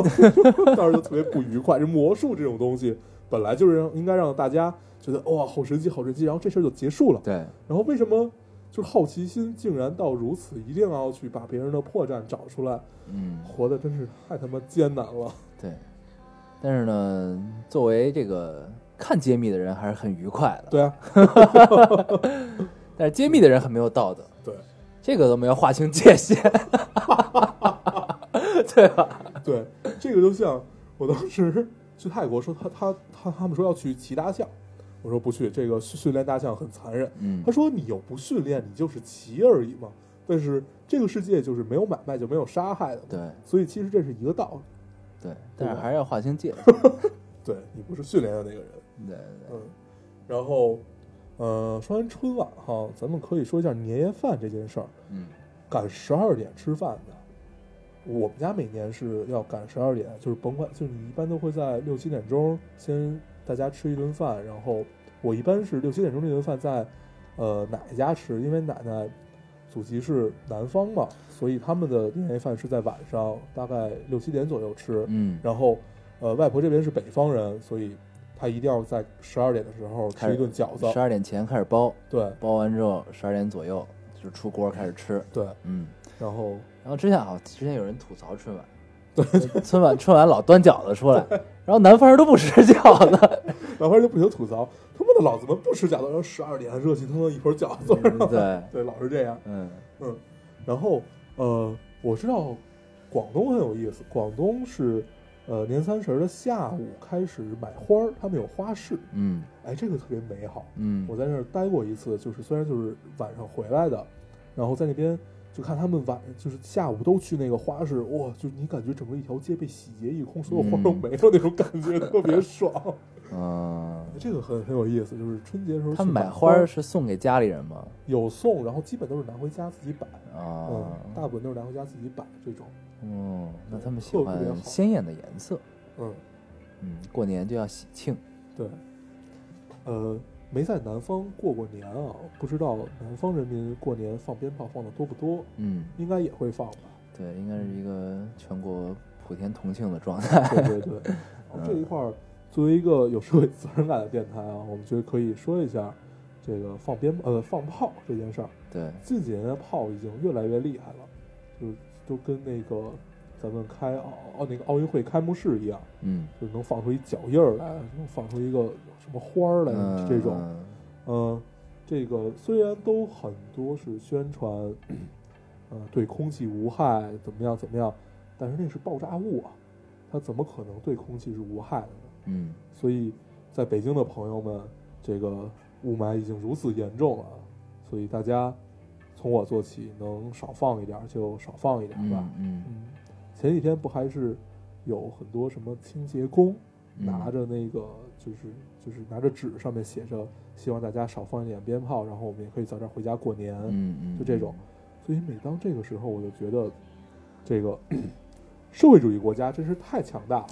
Speaker 3: 当时就特别不愉快。这魔术这种东西本来就是让应该让大家觉得哇好神奇好神奇，然后这事儿就结束了。
Speaker 1: 对，
Speaker 3: 然后为什么就是好奇心竟然到如此，一定要去把别人的破绽找出来？
Speaker 1: 嗯，
Speaker 3: 活得真是太他妈艰难了。
Speaker 1: 对。但是呢，作为这个看揭秘的人，还是很愉快的。
Speaker 3: 对啊，
Speaker 1: 但是揭秘的人很没有道德，
Speaker 3: 对
Speaker 1: 这个我们要划清界
Speaker 3: *laughs*
Speaker 1: 限。
Speaker 3: 对，这个就像我当时去泰国说他他他他们说要去骑大象，我说不去，这个训训练大象很残忍。
Speaker 1: 嗯
Speaker 3: 他，说：“你又不训练，你就是骑而已嘛。但是这个世界就是没有买卖就没有杀害的嘛，
Speaker 1: 对
Speaker 3: 所以其实这是一个道理。
Speaker 1: 对，但是
Speaker 3: 吧
Speaker 1: 还是要划清界
Speaker 3: *laughs*
Speaker 1: 限。
Speaker 3: 对你不是训练的那个人，
Speaker 1: 对对，
Speaker 3: 嗯。然后，呃，说完春晚哈，咱们可以说一下年夜饭这件事儿。
Speaker 1: 嗯
Speaker 3: 赶十二点吃饭的，我们家每年是要赶十二点，就是甭管，就是你一般都会在六七点钟先大家吃一顿饭，然后我一般是六七点钟这顿饭在呃奶奶家吃，因为奶奶祖籍是南方嘛，所以他们的年夜饭是在晚上大概六七点左右吃，
Speaker 1: 嗯，
Speaker 3: 然后呃外婆这边是北方人，所以她一定要在十二点的时候
Speaker 1: 开
Speaker 3: 吃
Speaker 1: 始
Speaker 3: 一顿饺子
Speaker 1: 十，二点前开始包，
Speaker 3: 对
Speaker 1: 包完之后十二点左右就是出锅开始吃。
Speaker 3: 对，
Speaker 1: 嗯，
Speaker 3: 然后
Speaker 1: 然后之前好像之前有人吐槽春
Speaker 3: *laughs*
Speaker 1: 晚，春晚春晚老端饺子出来，然后南方人都不吃饺子，
Speaker 3: *laughs* 老潘就不停吐槽，他妈的老子们不吃饺子，然后十二点热气腾腾一盆饺子，是吧
Speaker 1: 嗯对，
Speaker 3: *laughs* 对，老是这样。
Speaker 1: 嗯
Speaker 3: 嗯，然后呃，我知道广东很有意思，广东是呃年三十的下午开始买花儿，他们有花市，
Speaker 1: 嗯
Speaker 3: 哎，这个特别美好。
Speaker 1: 嗯
Speaker 3: 我在那儿待过一次，就是虽然就是晚上回来的，然后在那边就看他们晚就是下午都去那个花市，哇，就你感觉整个一条街被洗劫一空，所有花都
Speaker 1: 嗯
Speaker 3: 没了那种感觉，特别爽。
Speaker 1: 嗯，
Speaker 3: 这个很很有意思，就是春节的时候
Speaker 1: 他
Speaker 3: 去
Speaker 1: 们买
Speaker 3: 花
Speaker 1: 花
Speaker 3: 儿
Speaker 1: 儿是送给家里人吗？
Speaker 3: 有送，然后基本都是拿回家自己摆，嗯
Speaker 1: 啊，，
Speaker 3: 大部分都是拿回家自己摆这种，
Speaker 1: 嗯，那他们喜
Speaker 3: 特别
Speaker 1: 欢
Speaker 3: 好
Speaker 1: 鲜艳的颜色，
Speaker 3: 嗯，
Speaker 1: 嗯，过年就要喜庆，
Speaker 3: 对，呃，没在南方过过年啊，不知道南方人民过年放鞭炮放的多不多，
Speaker 1: 嗯，
Speaker 3: 应该也会放吧？
Speaker 1: 对，应该是一个全国普天同庆的状态，
Speaker 3: 对对
Speaker 1: *laughs*
Speaker 3: 对，然后这一块儿作为一个有社会责任感的电台啊，我们觉得可以说一下这个放鞭呃放炮这件事儿。
Speaker 1: 对，
Speaker 3: 近几年的炮已经越来越厉害了，就是都跟那个咱们开奥奥那个奥运会开幕式一样，
Speaker 1: 嗯，
Speaker 3: 就是能放出一脚印儿来，能放出一个什么花儿来、
Speaker 1: 嗯
Speaker 3: 这种。嗯、这个虽然都很多是宣传，呃，对空气无害，怎么样怎么样，但是那是爆炸物啊，它怎么可能对空气是无害的呢？
Speaker 1: 嗯，
Speaker 3: 所以在北京的朋友们，这个雾霾已经如此严重了，所以大家从我做起，能少放一点儿就少放一点儿吧。
Speaker 1: 嗯嗯
Speaker 3: 嗯，前几天不还是有很多什么清洁工
Speaker 1: 嗯
Speaker 3: 拿着那个就是就是拿着纸上面写着希望大家少放一点鞭炮，然后我们也可以早点回家过年。
Speaker 1: 嗯嗯，
Speaker 3: 就这种所以每当这个时候，我就觉得这个 *clears throat* 社会主义国家真是太强大了。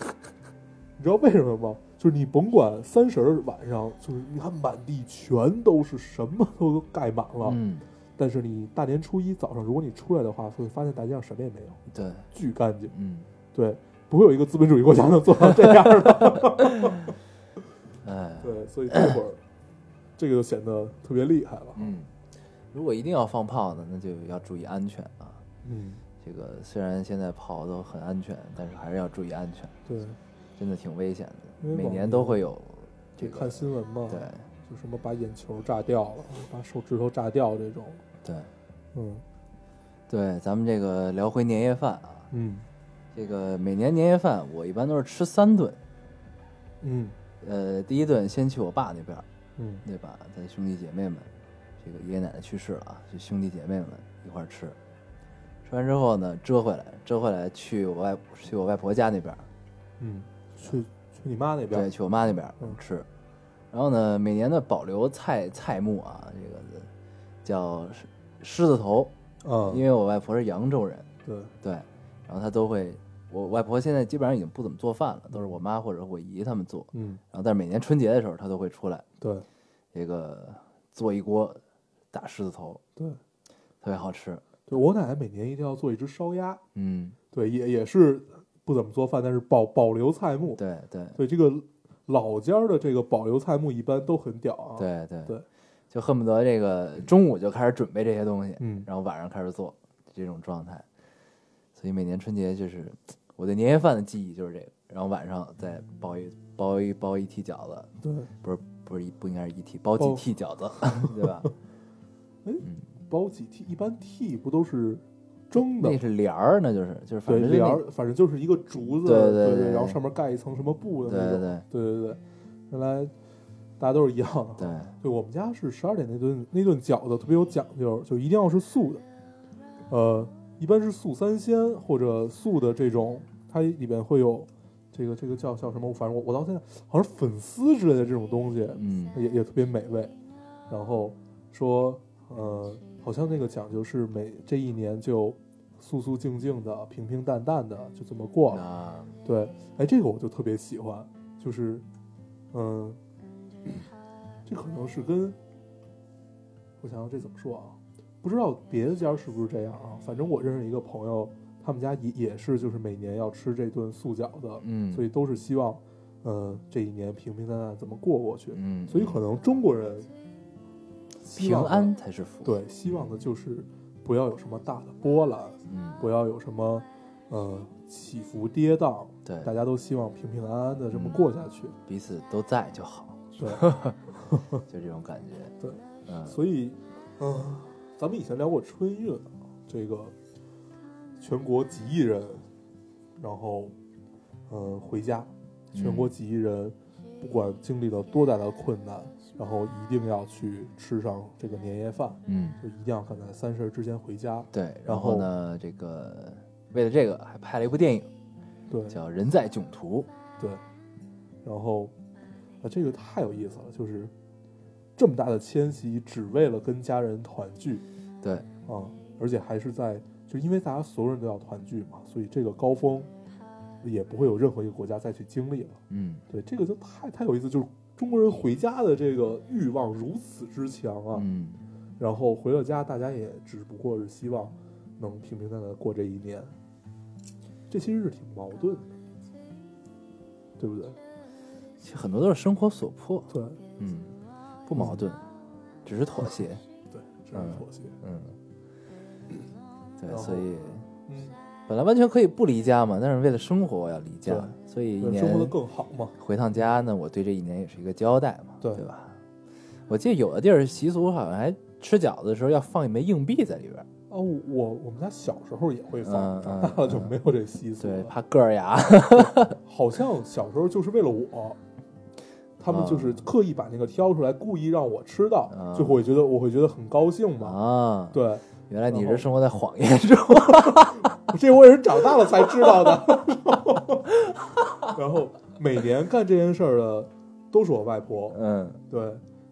Speaker 3: 你知道为什么吗？就是你甭管三十儿晚上，就是你看满地全都是，什么都盖满了。
Speaker 1: 嗯，
Speaker 3: 但是你大年初一早上，如果你出来的话，会发现大街上什么也没有，
Speaker 1: 对，
Speaker 3: 巨干净。
Speaker 1: 嗯，
Speaker 3: 对，不会有一个资本主义国家能做到这样的。
Speaker 1: 哎，
Speaker 3: 对，所以这会儿这个就显得特别厉害了。
Speaker 1: 嗯，如果一定要放炮呢，那就要注意安全啊。
Speaker 3: 嗯，
Speaker 1: 这个虽然现在炮都很安全，但是还是要注意安全，
Speaker 3: 对，
Speaker 1: 真的挺危险的。
Speaker 3: 因为
Speaker 1: 每
Speaker 3: 网
Speaker 1: 年都会有这个
Speaker 3: 看新闻嘛，
Speaker 1: 对
Speaker 3: 就什么把眼球炸掉了，把手指头炸掉这种。
Speaker 1: 对
Speaker 3: 嗯
Speaker 1: 对，咱们这个聊回年夜饭啊，
Speaker 3: 嗯
Speaker 1: 这个每年年夜饭我一般都是吃三顿，
Speaker 3: 嗯
Speaker 1: 呃，第一顿先去我爸那边儿，
Speaker 3: 嗯
Speaker 1: 对吧？咱兄弟姐妹们，这个爷爷奶奶去世了啊，就兄弟姐妹们一块儿吃。吃完之后呢，折回来，折回来去我外去我外婆家那边儿，
Speaker 3: 嗯，去去你妈那
Speaker 1: 对，
Speaker 3: 边。
Speaker 1: 去我妈那边儿
Speaker 3: 嗯
Speaker 1: 吃。然后呢，每年的保留菜菜目啊，这个叫狮狮子头，
Speaker 3: 啊，
Speaker 1: 因为我外婆是扬州人，
Speaker 3: 对，
Speaker 1: 对，然后她都会，我外婆现在基本上已经不怎么做饭了，都是我妈或者我姨他们做。
Speaker 3: 嗯
Speaker 1: 然后，但是每年春节的时候，她都会出来，
Speaker 3: 对
Speaker 1: 这个做一锅大狮子头，
Speaker 3: 对
Speaker 1: 特别好吃。
Speaker 3: 对，我奶奶每年一定要做一只烧鸭，
Speaker 1: 嗯，
Speaker 3: 对，也也是不怎么做饭，但是保保留菜目。
Speaker 1: 对对
Speaker 3: 对，这个老家儿的这个保留菜目一般都很屌啊。，
Speaker 1: 对对
Speaker 3: 对，
Speaker 1: 就恨不得这个中午就开始准备这些东西，
Speaker 3: 嗯
Speaker 1: 然后晚上开始做这种状态。所以每年春节就是我对年夜饭的记忆就是这个，然后晚上再包一
Speaker 3: 嗯
Speaker 1: 包一包一屉饺子，
Speaker 3: 对，
Speaker 1: 不是不是一不应该是一屉，包几
Speaker 3: 包
Speaker 1: 屉饺子，对吧？
Speaker 3: 包几屉，一般屉不都是 *laughs* 蒸的
Speaker 1: 那？是帘儿，那就是就是反
Speaker 3: 对，
Speaker 1: 正是
Speaker 3: 帘
Speaker 1: 那
Speaker 3: 儿反正就是一个竹子，
Speaker 1: 对对
Speaker 3: 对
Speaker 1: 对对
Speaker 3: 然后上面盖一层什么布的那
Speaker 1: 对
Speaker 3: 种。
Speaker 1: 对
Speaker 3: 对对对，原来大家都是一样的。
Speaker 1: 对
Speaker 3: 对，我们家是十二点那顿那顿饺子特别有讲究，就一定要是素的，呃，一般是素三鲜或者素的这种，它里边会有这个这个叫叫什么，反正我我到现在好像是粉丝之类的这种东西，
Speaker 1: 嗯
Speaker 3: 也也特别美味。然后说，呃，好像那个讲究是每这一年就素素静静的、平平淡淡的就这么过了。
Speaker 1: 啊
Speaker 3: 对，哎，这个我就特别喜欢，就是，嗯，这可能是跟，我想想这怎么说啊？不知道别的家是不是这样啊？反正我认识一个朋友，他们家也也是，就是每年要吃这顿素饺子，
Speaker 1: 嗯，
Speaker 3: 所以都是希望，呃，这一年平平淡淡怎么过过去。
Speaker 1: 嗯，
Speaker 3: 所以可能中国人希
Speaker 1: 平
Speaker 3: 望的
Speaker 1: 安才是福，，
Speaker 3: 对，希望的就是不要有什么大的波澜，
Speaker 1: 嗯
Speaker 3: 不要有什么呃起伏跌宕，
Speaker 1: 对，
Speaker 3: 大家都希望平平安安的这么过下去。
Speaker 1: 彼此都在就好，
Speaker 3: 对，
Speaker 1: 就这种感觉，
Speaker 3: 对，
Speaker 1: 嗯，
Speaker 3: 所以，嗯、咱们以前聊过春运啊，这个全国几亿人，然后，呃，回家，
Speaker 1: 嗯
Speaker 3: 全国几亿人，不管经历了多大的困难，然后一定要去吃上这个年夜饭，
Speaker 1: 嗯。
Speaker 3: 就一定要赶在三十之前回家。
Speaker 1: 对，然
Speaker 3: 然
Speaker 1: 后
Speaker 3: 后
Speaker 1: 呢，这个为了这个还拍了一部电影，
Speaker 3: 对
Speaker 1: 叫《人在囧途
Speaker 3: 对，然后，啊，这个太有意思了，就是这么大的迁徙，只为了跟家人团聚。》。
Speaker 1: 对，
Speaker 3: 啊，而且还是在就因为大家所有人都要团聚嘛，所以这个高峰也不会有任何一个国家再去经历了。
Speaker 1: 嗯
Speaker 3: 对，这个就太太有意思，就是中国人回家的这个欲望如此之强啊。
Speaker 1: 嗯，
Speaker 3: 然后回了家，大家也只不过是希望能平平淡淡地过这一年，这其实是挺矛盾的，对不对？
Speaker 1: 其实很多都是生活所迫，
Speaker 3: 对，
Speaker 1: 嗯，不矛盾，只是妥协，
Speaker 3: 对，这样妥协。
Speaker 1: 嗯，对，
Speaker 3: 然后
Speaker 1: 所以
Speaker 3: 嗯，
Speaker 1: 本来完全可以不离家嘛，但是为了生活我要离家，
Speaker 3: 对
Speaker 1: 所以一
Speaker 3: 对，
Speaker 1: 年
Speaker 3: 生活的更好嘛。
Speaker 1: 回趟家呢，我对这一年也是一个交代嘛，
Speaker 3: 对
Speaker 1: 吧？我记得有的地儿习俗好像还吃饺子的时候要放一枚硬币在里边儿，
Speaker 3: 啊，我我我们家小时候也会
Speaker 1: 嗯
Speaker 3: 放，长
Speaker 1: 嗯
Speaker 3: 大 *laughs* 了就没有这习俗
Speaker 1: 对，
Speaker 3: 了。
Speaker 1: 怕硌牙，
Speaker 3: 好像小时候就是为了我，他们
Speaker 1: 嗯
Speaker 3: 就是刻意把那个挑出来，故意让我吃到，
Speaker 1: 啊
Speaker 3: 就会觉得我会觉得很高兴嘛。
Speaker 1: 啊，
Speaker 3: 对，
Speaker 1: 原来你
Speaker 3: 然
Speaker 1: 是
Speaker 3: 后
Speaker 1: 生活在谎言中，
Speaker 3: *laughs* 这我也是长大了才知
Speaker 1: *laughs*
Speaker 3: 道的。然后每年干这件事儿的都是我外婆，
Speaker 1: 嗯
Speaker 3: 对，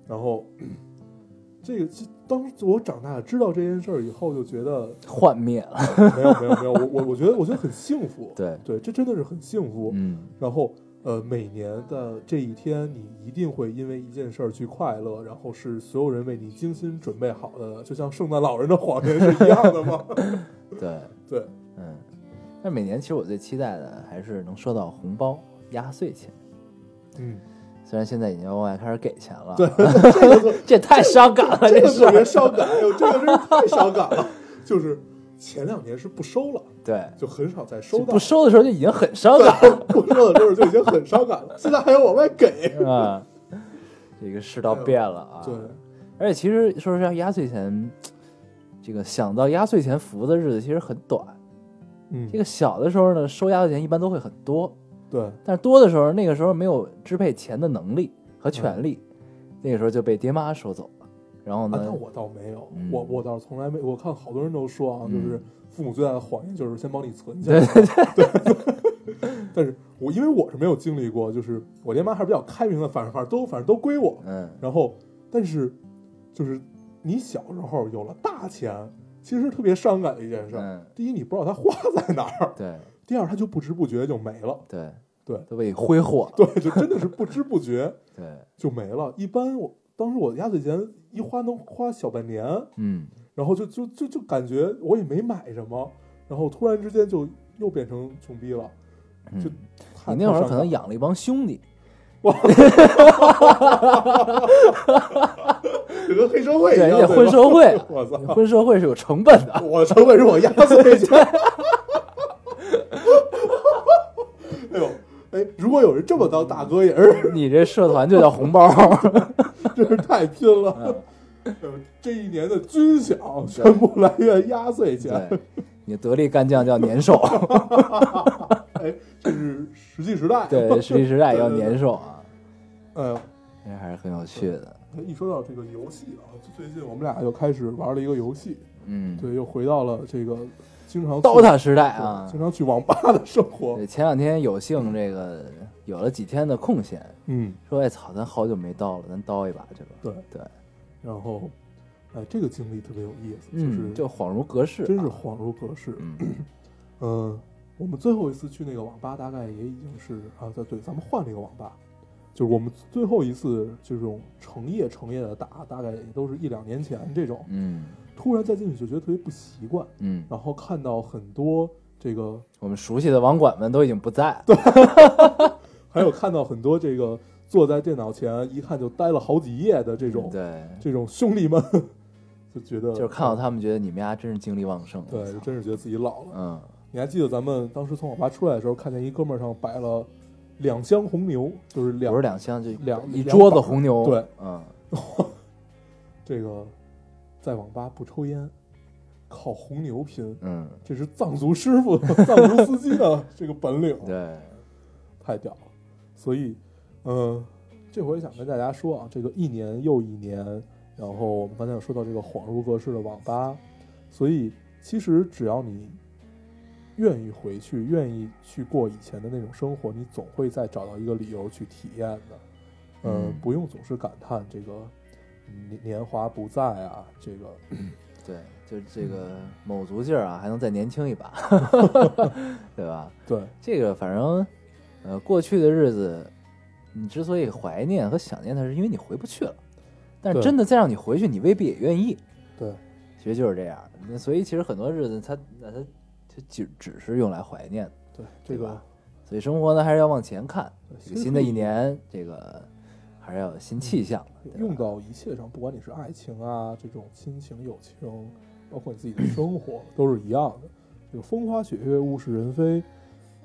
Speaker 3: 然后 *clears throat* 这个这当我长大了知道这件事儿以后，就觉得，
Speaker 1: 幻灭了，
Speaker 3: *laughs* 没有没有没有，我我我觉得我觉得很幸福，
Speaker 1: 对，
Speaker 3: 对，这真的是很幸福。
Speaker 1: 嗯
Speaker 3: 然后呃，每年的这一天，你一定会因为一件事儿去快乐，然后是所有人为你精心准备好的，就像圣诞老人的谎言是一样的吗？ *laughs*
Speaker 1: 对，
Speaker 3: 对，
Speaker 1: 嗯。但每年其实我最期待的还是能收到红包、压岁钱，
Speaker 3: 嗯，
Speaker 1: 虽然现在已经往外开始给钱了，
Speaker 3: 对，
Speaker 1: 啊这太伤感了，
Speaker 3: 这个
Speaker 1: 事
Speaker 3: 特别
Speaker 1: 儿。
Speaker 3: 伤感，哎呦，这个真是太伤感了。就是前两年是不收了，
Speaker 1: 对，
Speaker 3: 就很少再收
Speaker 1: 就
Speaker 3: 到。
Speaker 1: 不收的时候就已经很伤
Speaker 3: 对
Speaker 1: 感
Speaker 3: 不收的时候就已经很伤感了，现在还要往外给。
Speaker 1: 了啊。这个世道变了啊！
Speaker 3: 对，
Speaker 1: 而且其实说实话，压岁钱，这个想到压岁钱福的日子其实很短。
Speaker 3: 嗯
Speaker 1: 这个小的时候呢，收压岁钱一般都会很多，
Speaker 3: 对，
Speaker 1: 但是多的时候，那个时候没有支配钱的能力和权利，那个时候就被爹妈收走了。然后
Speaker 3: 啊，
Speaker 1: 呢
Speaker 3: 那，我倒没有，
Speaker 1: 嗯
Speaker 3: 我我倒是从来没，我看好多人都说啊，
Speaker 1: 嗯
Speaker 3: 就是父母最大的谎言就是先帮你存起
Speaker 1: 对
Speaker 3: 来。
Speaker 1: 对对，
Speaker 3: 但是我因为我是没有经历过，就是我爹妈还是比较开明的，反正反正都反正都归我。
Speaker 1: 嗯，
Speaker 3: 然后，但是就是你小时候有了大钱，其实特别伤感的一件事。
Speaker 1: 嗯
Speaker 3: 第一，你不知道它花在哪儿；
Speaker 1: 对
Speaker 3: 第二，它就不知不觉就没了。
Speaker 1: 对
Speaker 3: 对
Speaker 1: 都被挥霍了。
Speaker 3: 对，就真的是不知不觉
Speaker 1: 对，
Speaker 3: 就没了。一般我当时我压岁钱一花能花小半年，
Speaker 1: 嗯，
Speaker 3: 然后就就就就感觉我也没买什么，然后突然之间就又变成穷逼了。
Speaker 1: 嗯
Speaker 3: 就
Speaker 1: 你
Speaker 3: 太
Speaker 1: 那会
Speaker 3: 太伤
Speaker 1: 儿
Speaker 3: 感
Speaker 1: 可能养了一帮兄弟，
Speaker 3: 就跟黑社会一
Speaker 1: 对，
Speaker 3: 样，
Speaker 1: 你得
Speaker 3: 对吧，
Speaker 1: 混社会
Speaker 3: *laughs* 我操！
Speaker 1: 混社会是有成本的。
Speaker 3: *laughs* 我成本是我压岁钱。
Speaker 1: *laughs*
Speaker 3: 哎呦，哎，如果有人这么当大哥，也是
Speaker 1: 你这社团就叫红
Speaker 3: *laughs*
Speaker 1: 包，
Speaker 3: 真是太拼了。
Speaker 1: 嗯
Speaker 3: 哎呦这一年的军饷全部来源压岁钱，
Speaker 1: 对，你得力干将叫年
Speaker 3: *laughs*
Speaker 1: 兽，
Speaker 3: 哎，这是实际时代。
Speaker 1: 对，实际时代也叫年兽啊，
Speaker 3: 哎呦，
Speaker 1: 其实还是很有趣的。
Speaker 3: 一说到这个游戏啊，最近我们俩又开始玩了一个游戏，
Speaker 1: 嗯，
Speaker 3: 对，又回到了这个经常去
Speaker 1: 刀塔时代
Speaker 3: 对
Speaker 1: 啊
Speaker 3: 经，常去网吧的生活
Speaker 1: 对，。前两天有幸这个有了几天的空闲，
Speaker 3: 嗯，
Speaker 1: 说哎操，咱好久没刀了，咱刀一把去吧。
Speaker 3: 对
Speaker 1: 对，
Speaker 3: 然后，哎，这个经历特别有意思，就是
Speaker 1: 嗯，就恍如隔世啊，
Speaker 3: 真是恍如隔世。
Speaker 1: 嗯，
Speaker 3: 嗯，我们最后一次去那个网吧，大概也已经是啊，对对，咱们换了一个网吧，就是我们最后一次这种成夜成夜的打，大概也都是一两年前这种。
Speaker 1: 嗯
Speaker 3: 突然再进去就觉得特别不习惯，
Speaker 1: 嗯，
Speaker 3: 然后看到很多这个，
Speaker 1: 我们熟悉的网管们都已经不在了，
Speaker 3: 还有看到很多这个坐在电脑前一看就待了好几夜的这种
Speaker 1: 对，
Speaker 3: 这种兄弟们，就觉得
Speaker 1: 就是看到他们觉得你们家真是精力旺盛，
Speaker 3: 对，真是觉得自己老了。
Speaker 1: 嗯，
Speaker 3: 你还记得咱们当时从网吧出来的时候，看见一哥们儿上摆了两箱红牛，就是两
Speaker 1: 不是两箱，就
Speaker 3: 两
Speaker 1: 一桌子红
Speaker 3: 两
Speaker 1: 牛，
Speaker 3: 板对，
Speaker 1: 嗯，
Speaker 3: 这个在网吧不抽烟，靠红牛拼，
Speaker 1: 嗯，
Speaker 3: 这是藏族师傅、 *laughs* 藏族司机的这个本领，
Speaker 1: 对，
Speaker 3: 太屌了。所以，嗯，这回想跟大家说啊，这个一年又一年，然后我们刚才有说到这个恍如隔世的网吧，所以其实只要你愿意回去，愿意去过以前的那种生活，你总会再找到一个理由去体验的。嗯
Speaker 1: 嗯，
Speaker 3: 不用总是感叹这个年年华不在啊，这个
Speaker 1: 嗯对，就是这个卯足劲儿啊，还能再年轻
Speaker 3: *laughs*
Speaker 1: 一把，对吧？
Speaker 3: 对，
Speaker 1: 这个反正，呃，过去的日子，你之所以怀念和想念它，是因为你回不去了。但是
Speaker 3: 对
Speaker 1: 真的再让你回去，你未必也愿意。
Speaker 3: 对，
Speaker 1: 其实就是这样。那所以其实很多日子它，那它它只只是用来怀念的。
Speaker 3: 对，这
Speaker 1: 对
Speaker 3: 个
Speaker 1: 吧所以生活呢，还是要往前看。
Speaker 3: 对
Speaker 1: 这
Speaker 3: 其
Speaker 1: 个
Speaker 3: 实
Speaker 1: 新的一年，这个还是要有新气象的。对吧啊
Speaker 3: 用到一切上，不管你是爱情啊，这种亲情、友情，包括你自己的生活，都是一样的。这个风花雪月、物是人非，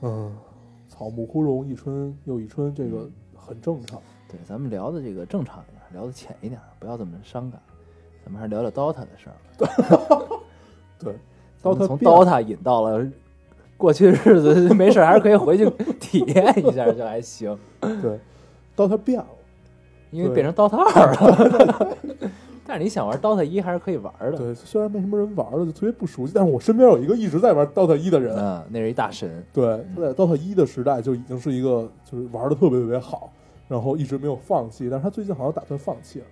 Speaker 3: 嗯，草木枯荣，一春又一春，这个很正常。
Speaker 1: 对，咱们聊的这个正常一点，聊的浅一点，不要这么伤感。咱们还是聊聊 DOTA 的事儿吧。
Speaker 3: 对，
Speaker 1: 咱
Speaker 3: 刀
Speaker 1: 们
Speaker 3: 塔
Speaker 1: 从
Speaker 3: 变
Speaker 1: DOTA 引到了过去日子， *laughs* 没事儿还是可以回去体验一下，就还行。
Speaker 3: 对，刀塔变了。
Speaker 1: 因为
Speaker 3: 对
Speaker 1: 变成 DOTA 二了， *laughs* 但是你想玩 DOTA 一还是可以玩的。
Speaker 3: 对，虽然没什么人玩了，就特别不熟悉，但是我身边有一个一直在玩 DOTA 一的人，
Speaker 1: 嗯，那是一大神。
Speaker 3: 对，他在 DOTA 一的时代就已经是一个就是玩的特别特别好，然后一直没有放弃，但是他最近好像打算放弃了。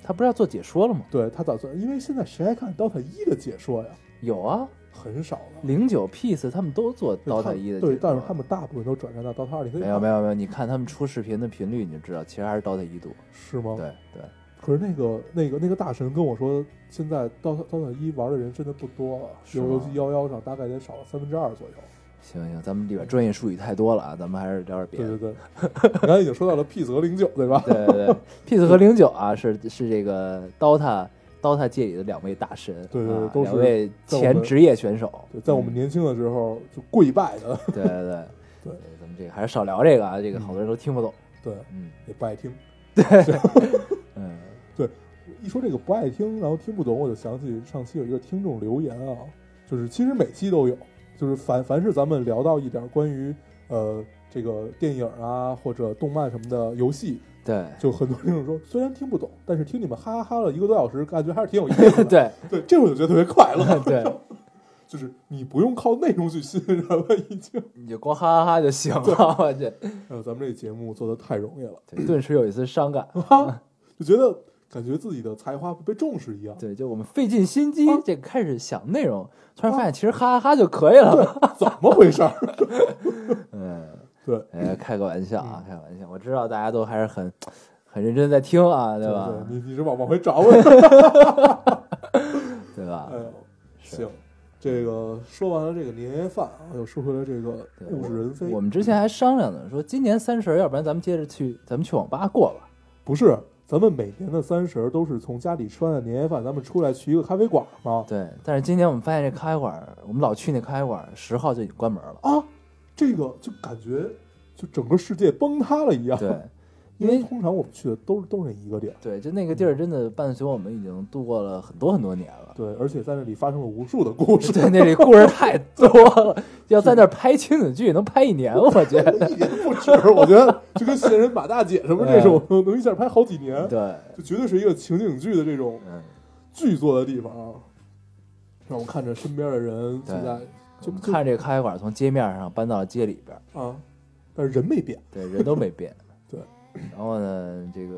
Speaker 1: 他不是要做解说了吗？
Speaker 3: 对他打算，因为现在谁还看 DOTA 一的解说呀？
Speaker 1: 有啊，
Speaker 3: 很少了。
Speaker 1: 零九 Piece 他们都做
Speaker 3: 对他
Speaker 1: DOTA 一的解
Speaker 3: 对，
Speaker 1: 说。
Speaker 3: 但是他们大部分都转战到 DOTA 二，你可以
Speaker 1: 没有没
Speaker 3: 有
Speaker 1: 有没有，你看他们出视频的频率你就知道，其实还是 DOTA 一多。
Speaker 3: 是吗？。
Speaker 1: 对对，
Speaker 3: 可是那个那个那个大神跟我说，现在 DOTA DOTA 一玩的人真的不多了，
Speaker 1: 是吗
Speaker 3: 尤尤其幺幺上大概得少了三分之二左右。
Speaker 1: 行行，咱们里边专业术语太多了啊，咱们还是聊点别
Speaker 3: 对
Speaker 1: 的
Speaker 3: 对。
Speaker 1: *laughs*
Speaker 3: 对，你刚才已经说到了 P 和零九，对吧？
Speaker 1: 对对
Speaker 3: *laughs*
Speaker 1: 对，Peace 和零九啊，是是这个 DOTA DOTA 界里的两位大神，
Speaker 3: 对对
Speaker 1: 啊
Speaker 3: 对都是
Speaker 1: 两位
Speaker 3: 在我们
Speaker 1: 前职业选手
Speaker 3: 对，在我们年轻的时候就跪拜的，
Speaker 1: 嗯对对对
Speaker 3: *laughs* 对
Speaker 1: 咱们这个还是少聊这个啊，这个
Speaker 3: 嗯
Speaker 1: 好多人都听不懂，
Speaker 3: 对，
Speaker 1: 嗯
Speaker 3: 也不爱听。
Speaker 1: 嗯
Speaker 3: 一说这个不爱听，然后听不懂，我就想起上期有一个听众留言啊，就是其实每期都有，就是凡凡是咱们聊到一点关于呃这个电影啊或者动漫什么的游戏，
Speaker 1: 对 *laughs*
Speaker 3: 就很多听众说虽然听不懂，但是听你们哈哈哈了一个多小时，感觉还是挺有意思的。
Speaker 1: 对 *laughs*。
Speaker 3: 对，这我就觉得特别快乐
Speaker 1: 对， *laughs*
Speaker 3: 就是你不用靠内容去吸引人了，已经。
Speaker 1: 你就光哈哈哈就行了， *laughs* 我这
Speaker 3: 呃，咱们这节目做的太容易了，
Speaker 1: 对顿时有一丝伤感，
Speaker 3: 哈，就觉得感觉自己的才华不被重视一样。
Speaker 1: 对，就我们费尽心机
Speaker 3: 啊，
Speaker 1: 这开始想内容，突然发现其实哈哈哈就可以了，
Speaker 3: 怎么回事儿？ *laughs*
Speaker 1: *laughs* 嗯。
Speaker 3: 对，嗯
Speaker 1: 哎，开个玩笑啊，开个玩笑。我知道大家都还是很很认真在听啊，对吧？
Speaker 3: 对你你是往往回找我。
Speaker 1: 对吧
Speaker 3: 哎？呦，行，这个说完了这个年夜饭啊，又说回来这个
Speaker 1: 对
Speaker 3: 物是人非。
Speaker 1: 我们之前还商量呢，说今年三十儿，要不然咱们接着去，咱们去网吧过吧。
Speaker 3: 不是咱们每年的三十儿都是从家里吃完的年夜饭，咱们出来去一个咖啡馆嘛。。
Speaker 1: 对，但是今年我们发现这咖啡馆儿，我们老去那咖啡馆儿，十号就已经关门了
Speaker 3: *laughs* 啊，这个就感觉就整个世界崩塌了一样。
Speaker 1: 对，因
Speaker 3: 因为
Speaker 1: 为
Speaker 3: 通常我们去的都是都是那一个地儿。
Speaker 1: 对，就那个地儿真的伴随我们已经度过了很多很多年
Speaker 3: *laughs*
Speaker 1: 了。
Speaker 3: 对，而且在那里发生了无数的故 *laughs* 事，
Speaker 1: 对，那里故事太多了，要在那儿拍亲子剧能拍一年，我觉得。
Speaker 3: 一年不止。我觉得就跟闲人马大姐什么这种，能一下拍好几年，
Speaker 1: 对，
Speaker 3: 就绝 *laughs* 对是一个情景剧的这种
Speaker 1: 嗯，
Speaker 3: 剧作的地方啊，让我看着身边的人就在
Speaker 1: 我
Speaker 3: 就
Speaker 1: 们看这个咖啡馆儿从街面上搬到了街里边儿，
Speaker 3: 就啊，但是人没变，。
Speaker 1: 对，人都没变
Speaker 3: *laughs* 对，
Speaker 1: 然后呢，这个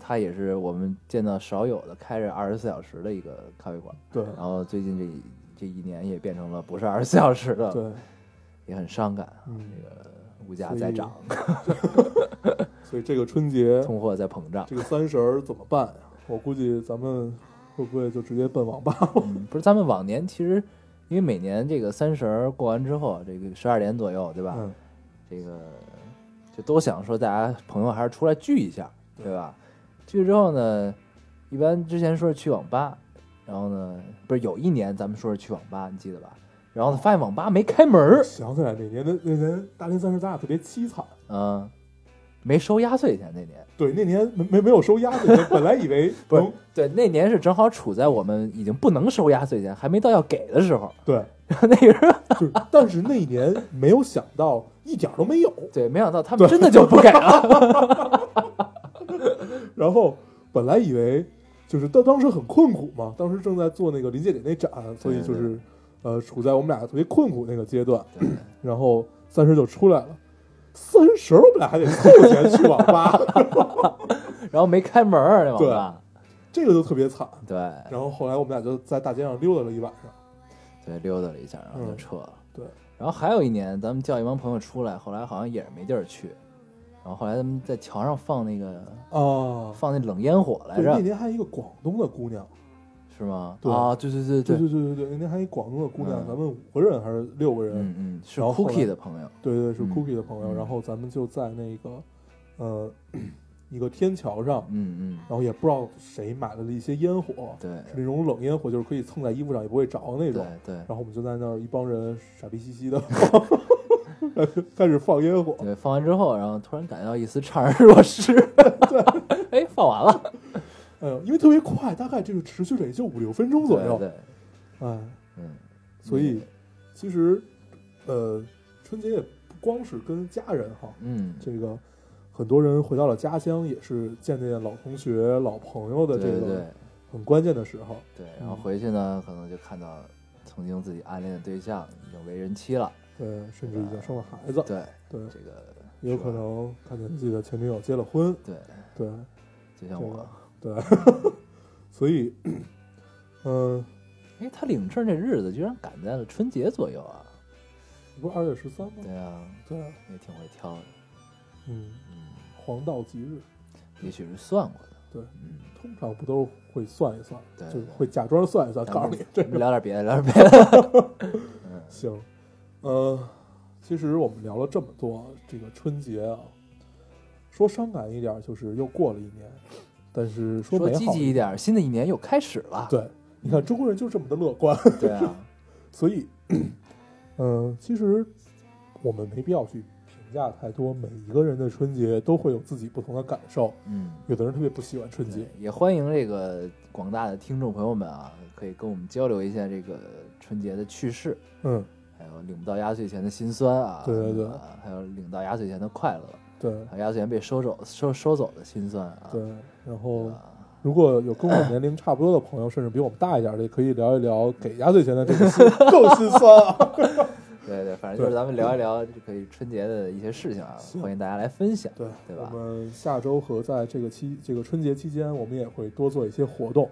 Speaker 1: 它也是我们见到少有的开着二十四小时的一个咖啡馆。
Speaker 3: 对
Speaker 1: 然后最近这这一年也变成了不是二十四小时的，
Speaker 3: 对，
Speaker 1: 也很伤感啊。
Speaker 3: 嗯
Speaker 1: 这个物价在涨，
Speaker 3: 所以这个春节
Speaker 1: 通货在膨胀。
Speaker 3: 这个三十儿怎么办呀？我估计咱们会不会就直接奔网吧？
Speaker 1: 嗯不是，咱们往年其实因为每年这个三十儿过完之后，这个十二点左右，对吧？
Speaker 3: 嗯，
Speaker 1: 这个就都想说大家朋友还是出来聚一下，对吧？聚之后呢，一般之前说是去网吧，然后呢，不是有一年咱们说是去网吧，你记得吧？然后呢，发现网吧没开门儿，
Speaker 3: 想起来那年的那年大年三十，咱俩特别凄惨。
Speaker 1: 嗯，没收压岁钱那年，
Speaker 3: 对，那年没没没有收压岁 *laughs* 钱，本来以为
Speaker 1: 不是
Speaker 3: 能
Speaker 1: 对，那年是正好处在我们已经不能收压岁钱，还没到要给的时候， *laughs*
Speaker 3: 对，
Speaker 1: 那个时候
Speaker 3: 就是，但是那一年没有想到，一点儿都没有。
Speaker 1: 对，没想到他们真的就不给
Speaker 3: *laughs*
Speaker 1: 了，
Speaker 3: 然后本来以为就是当当时很困苦嘛，当时正在做那个林姐姐那展，所以就是呃处在我们俩特别困苦那个阶段。
Speaker 1: 对
Speaker 3: 然后三十就出来了，三十我们俩还得凑钱去网
Speaker 1: *laughs*
Speaker 3: 吧，
Speaker 1: 然后没开门儿那网吧，
Speaker 3: 这个就特别惨。
Speaker 1: 对
Speaker 3: 然后后来我们俩就在大街上溜达了一晚上。
Speaker 1: 对，溜达了一下，然后就
Speaker 3: 嗯
Speaker 1: 撤了。
Speaker 3: 对，
Speaker 1: 然后还有一年，咱们叫一帮朋友出来，后来好像也是没地儿去，然后后来咱们在桥上放那个
Speaker 3: 啊，
Speaker 1: 放那冷烟火哦来
Speaker 3: 对，那
Speaker 1: 着，
Speaker 3: 年还有一个广东的姑娘，
Speaker 1: 是吗？
Speaker 3: 对
Speaker 1: 啊，对对对
Speaker 3: 对
Speaker 1: 对，
Speaker 3: 对对对对，那年还有一广东的姑娘，
Speaker 1: 嗯
Speaker 3: 咱们五个人还是六个人，
Speaker 1: 嗯嗯，是
Speaker 3: 然后后来
Speaker 1: Cookie 的朋友，
Speaker 3: 对对，是
Speaker 1: 嗯
Speaker 3: Cookie 的朋友。
Speaker 1: 嗯
Speaker 3: 然后咱们就在那个呃 *clears throat* 一个天桥上，
Speaker 1: 嗯
Speaker 3: 然后也不知道谁买了一些烟火
Speaker 1: 嗯，，对
Speaker 3: 是那种冷烟火，就是可以蹭在衣服上也不会着那种
Speaker 1: 对。对
Speaker 3: 然后我们就在那儿一帮人傻逼兮兮的 *laughs* 开始放烟火，
Speaker 1: 对，放完之后，然后突然感到一丝怅然若
Speaker 3: *laughs*
Speaker 1: 失，对，哎，放完了，
Speaker 3: 哎呦，因为特别快，大概这个持续了也就五六分钟左右
Speaker 1: 对，，对
Speaker 3: 哎，
Speaker 1: 嗯，
Speaker 3: 所以其实呃，春节也不光是跟家人哈，
Speaker 1: 嗯，
Speaker 3: 这个很多人回到了家乡，也是见见老同学、老朋友的
Speaker 1: 对对
Speaker 3: 这个
Speaker 1: 对
Speaker 3: 很关键的时候。
Speaker 1: 对，然后回去呢，可能就看到曾经自己暗恋的对象已经为人妻了，
Speaker 3: 对，甚至已经生了孩子，
Speaker 1: 对，
Speaker 3: 对，
Speaker 1: 这个
Speaker 3: 也有可能看见自己的前女友结了婚，
Speaker 1: 对，
Speaker 3: 对
Speaker 1: 就像我，
Speaker 3: 对，所以， *clears throat* 嗯、
Speaker 1: 哎，他领证这日子居然赶在了春节左右啊，
Speaker 3: 不是二月十三吗？
Speaker 1: 对啊，
Speaker 3: 对，
Speaker 1: 也挺会挑的，
Speaker 3: 嗯，
Speaker 1: 嗯，
Speaker 3: 黄道吉日，
Speaker 1: 也许是算过的，
Speaker 3: 对
Speaker 1: 嗯，
Speaker 3: 通常不都会算一算，
Speaker 1: 对嗯
Speaker 3: 就会假装算一算，
Speaker 1: 咱
Speaker 3: 告诉
Speaker 1: 们
Speaker 3: 你这 *laughs*
Speaker 1: 嗯聊点别的，聊点别的，
Speaker 3: 行，呃，其实我们聊了这么多，这个春节啊，说伤感一点，就是又过了一年，但是说
Speaker 1: 说
Speaker 3: 美
Speaker 1: 积
Speaker 3: 好
Speaker 1: 极一，点，新的一年又开始了。
Speaker 3: 对，你看中国人就这么的乐观，
Speaker 1: 对
Speaker 3: *laughs*
Speaker 1: 啊，
Speaker 3: 所以， *clears throat* 嗯、其实我们没必要去评价太多，每一个人的春节都会有自己不同的感受，
Speaker 1: 嗯，
Speaker 3: 有的人特别不喜欢春节
Speaker 1: 对，也欢迎这个广大的听众朋友们啊，可以跟我们交流一下这个春节的趣事，
Speaker 3: 嗯，
Speaker 1: 还有领不到压岁钱的心酸啊，
Speaker 3: 对对对
Speaker 1: 啊还有领到压岁钱的快乐，
Speaker 3: 对
Speaker 1: 还有压岁钱被收走收收走的心酸啊，
Speaker 3: 对，然后。
Speaker 1: 啊
Speaker 3: 如果有跟我们年龄差不多的朋友，甚至比我们大一点的，也可以聊一聊给压岁钱的这个心 *laughs* 够心酸啊。
Speaker 1: 对对，反正就是
Speaker 3: 对
Speaker 1: 咱们聊一聊这个春节的一些事情啊，
Speaker 3: 行
Speaker 1: 欢迎大家来分享。
Speaker 3: 对，
Speaker 1: 对吧
Speaker 3: 我们下周和在这个期这个春节期间，我们也会多做一些活动。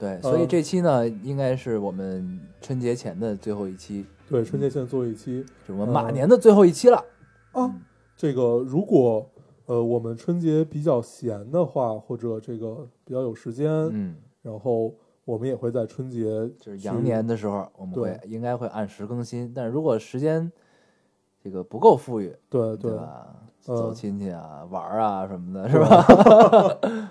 Speaker 1: 对，所以
Speaker 3: 呃
Speaker 1: 这期呢，应该是我们春节前的最后一期，
Speaker 3: 对，
Speaker 1: 嗯
Speaker 3: 春节现在做一期
Speaker 1: 是我们马年的最后一期了。
Speaker 3: 啊，这个如果呃我们春节比较闲的话，或者这个比较有时间，
Speaker 1: 嗯，
Speaker 3: 然后我们也会在春节
Speaker 1: 就是
Speaker 3: 去
Speaker 1: 羊年的时候，我们会
Speaker 3: 对
Speaker 1: 应该会按时更新，但是如果时间这个不够富裕，
Speaker 3: 对
Speaker 1: 对吧？
Speaker 3: 呃
Speaker 1: 走亲戚啊、玩儿啊什么的，是吧？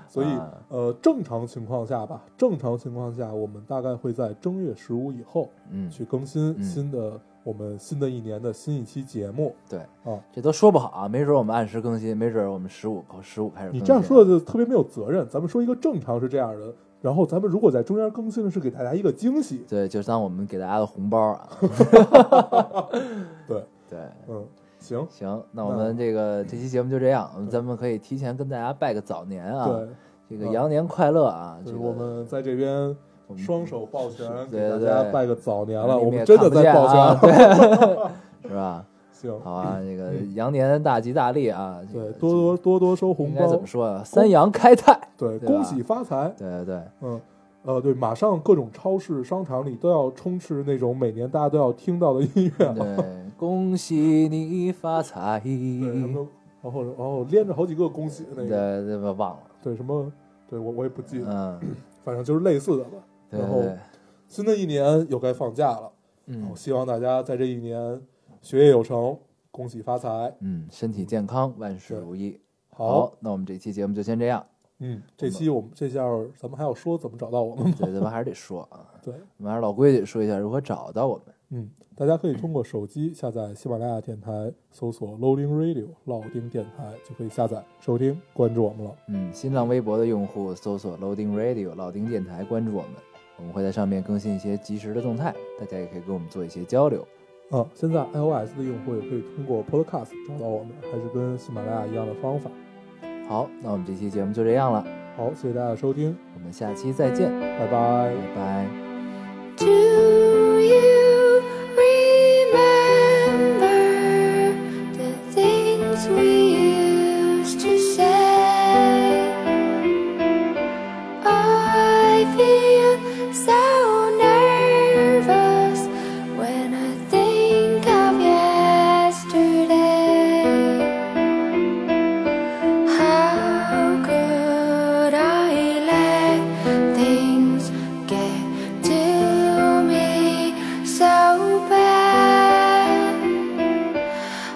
Speaker 3: 所以
Speaker 1: 啊
Speaker 3: 呃正常情况下吧，正常情况下我们大概会在正月十五以后。
Speaker 1: 嗯，
Speaker 3: 去更新
Speaker 1: 嗯
Speaker 3: 新的、我们新的一年的新一期节目。
Speaker 1: 对
Speaker 3: 哦，
Speaker 1: 这都说不好啊，没准我们按时更新，没准我们十五十五开始更
Speaker 3: 你
Speaker 1: 新。
Speaker 3: 这样说的就特别没有责任。咱们说一个正常是这样的，然后咱们如果在中间更新的是给大家一个惊喜。
Speaker 1: 对，就当我们给大家的红包啊。
Speaker 3: 对，
Speaker 1: 对，
Speaker 3: 嗯，行，
Speaker 1: 行，那我们这个
Speaker 3: 嗯
Speaker 1: 这期节目就这样，咱们可以提前跟大家拜个早年啊，
Speaker 3: 对，
Speaker 1: 这个
Speaker 3: 嗯
Speaker 1: 羊年快乐啊！
Speaker 3: 就
Speaker 1: 这
Speaker 3: 是
Speaker 1: 个
Speaker 3: 我们在这边
Speaker 1: 我们
Speaker 3: 双手抱拳
Speaker 1: 嗯对
Speaker 3: 给大
Speaker 1: 对
Speaker 3: 家
Speaker 1: 对
Speaker 3: 拜个早年了，
Speaker 1: 你
Speaker 3: 我
Speaker 1: 也
Speaker 3: 们真
Speaker 1: 看
Speaker 3: 的
Speaker 1: 不
Speaker 3: 在
Speaker 1: 见
Speaker 3: 抱
Speaker 1: 啊，
Speaker 3: 拳。
Speaker 1: 对，是 *laughs* 吧？
Speaker 3: *laughs* 行，
Speaker 1: 好啊，这个羊年大吉大利啊！这
Speaker 3: 对
Speaker 1: 个，
Speaker 3: 多多多多收红
Speaker 1: 应该怎
Speaker 3: 包
Speaker 1: 么，说啊？三羊开泰，对
Speaker 3: 对，
Speaker 1: 吧
Speaker 3: 恭喜发财。
Speaker 1: 对对对，
Speaker 3: 嗯，呃，对，马上各种超市、商场里都要充斥那种每年大家都要听到的音乐。
Speaker 1: 对，恭喜你发财，
Speaker 3: 对，什
Speaker 1: 对
Speaker 3: 么，然后然后连着好几个恭喜的那个，
Speaker 1: 对吧？忘了，
Speaker 3: 对什么，对我我也不记得，
Speaker 1: 嗯，
Speaker 3: 反正就是类似的吧。
Speaker 1: 对
Speaker 3: 然
Speaker 1: 对
Speaker 3: 后
Speaker 1: 对，
Speaker 3: 新的一年又该放假了，我
Speaker 1: 嗯
Speaker 3: 希望大家在这一年学业有成，恭喜发财。
Speaker 1: 嗯，身体健康，万事
Speaker 3: 对
Speaker 1: 如意。
Speaker 3: 好，，
Speaker 1: 那我们这期节目就先这样。
Speaker 3: 嗯，这期我们这下儿咱们还要说怎么找到我们吗？ *laughs*
Speaker 1: 对，咱们还是得说啊，
Speaker 3: 对，
Speaker 1: 我们还是老规矩，说一下如何找到我们。
Speaker 3: 嗯，大家可以通过手机下载喜马拉雅电台，搜索 Loading Radio 老丁电台就可以下载收听，关注我们了。
Speaker 1: 嗯，新浪微博的用户搜索 Loading Radio 老丁电台，关注我们，我们会在上面更新一些及时的动态，大家也可以跟我们做一些交流。
Speaker 3: 啊，现在 iOS 的用户也可以通过 Podcast 找到我们，还是跟喜马拉雅一样的方法。
Speaker 1: 好，那我们这期节目就这样了，
Speaker 3: 好，谢谢大家的收听，
Speaker 1: 我们下期再见，
Speaker 3: 拜拜
Speaker 1: 拜。拜。
Speaker 2: Do you remember the things we used to say? I feel so nervous when I think of yesterday. How could I let things get to me so bad?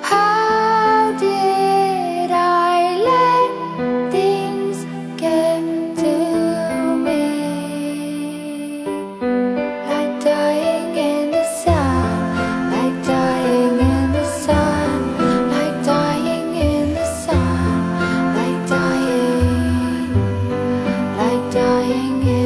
Speaker 2: How did I let things get to me? Like dying in the sun, like dying in the sun, like dying in the sun, like dying, like dying in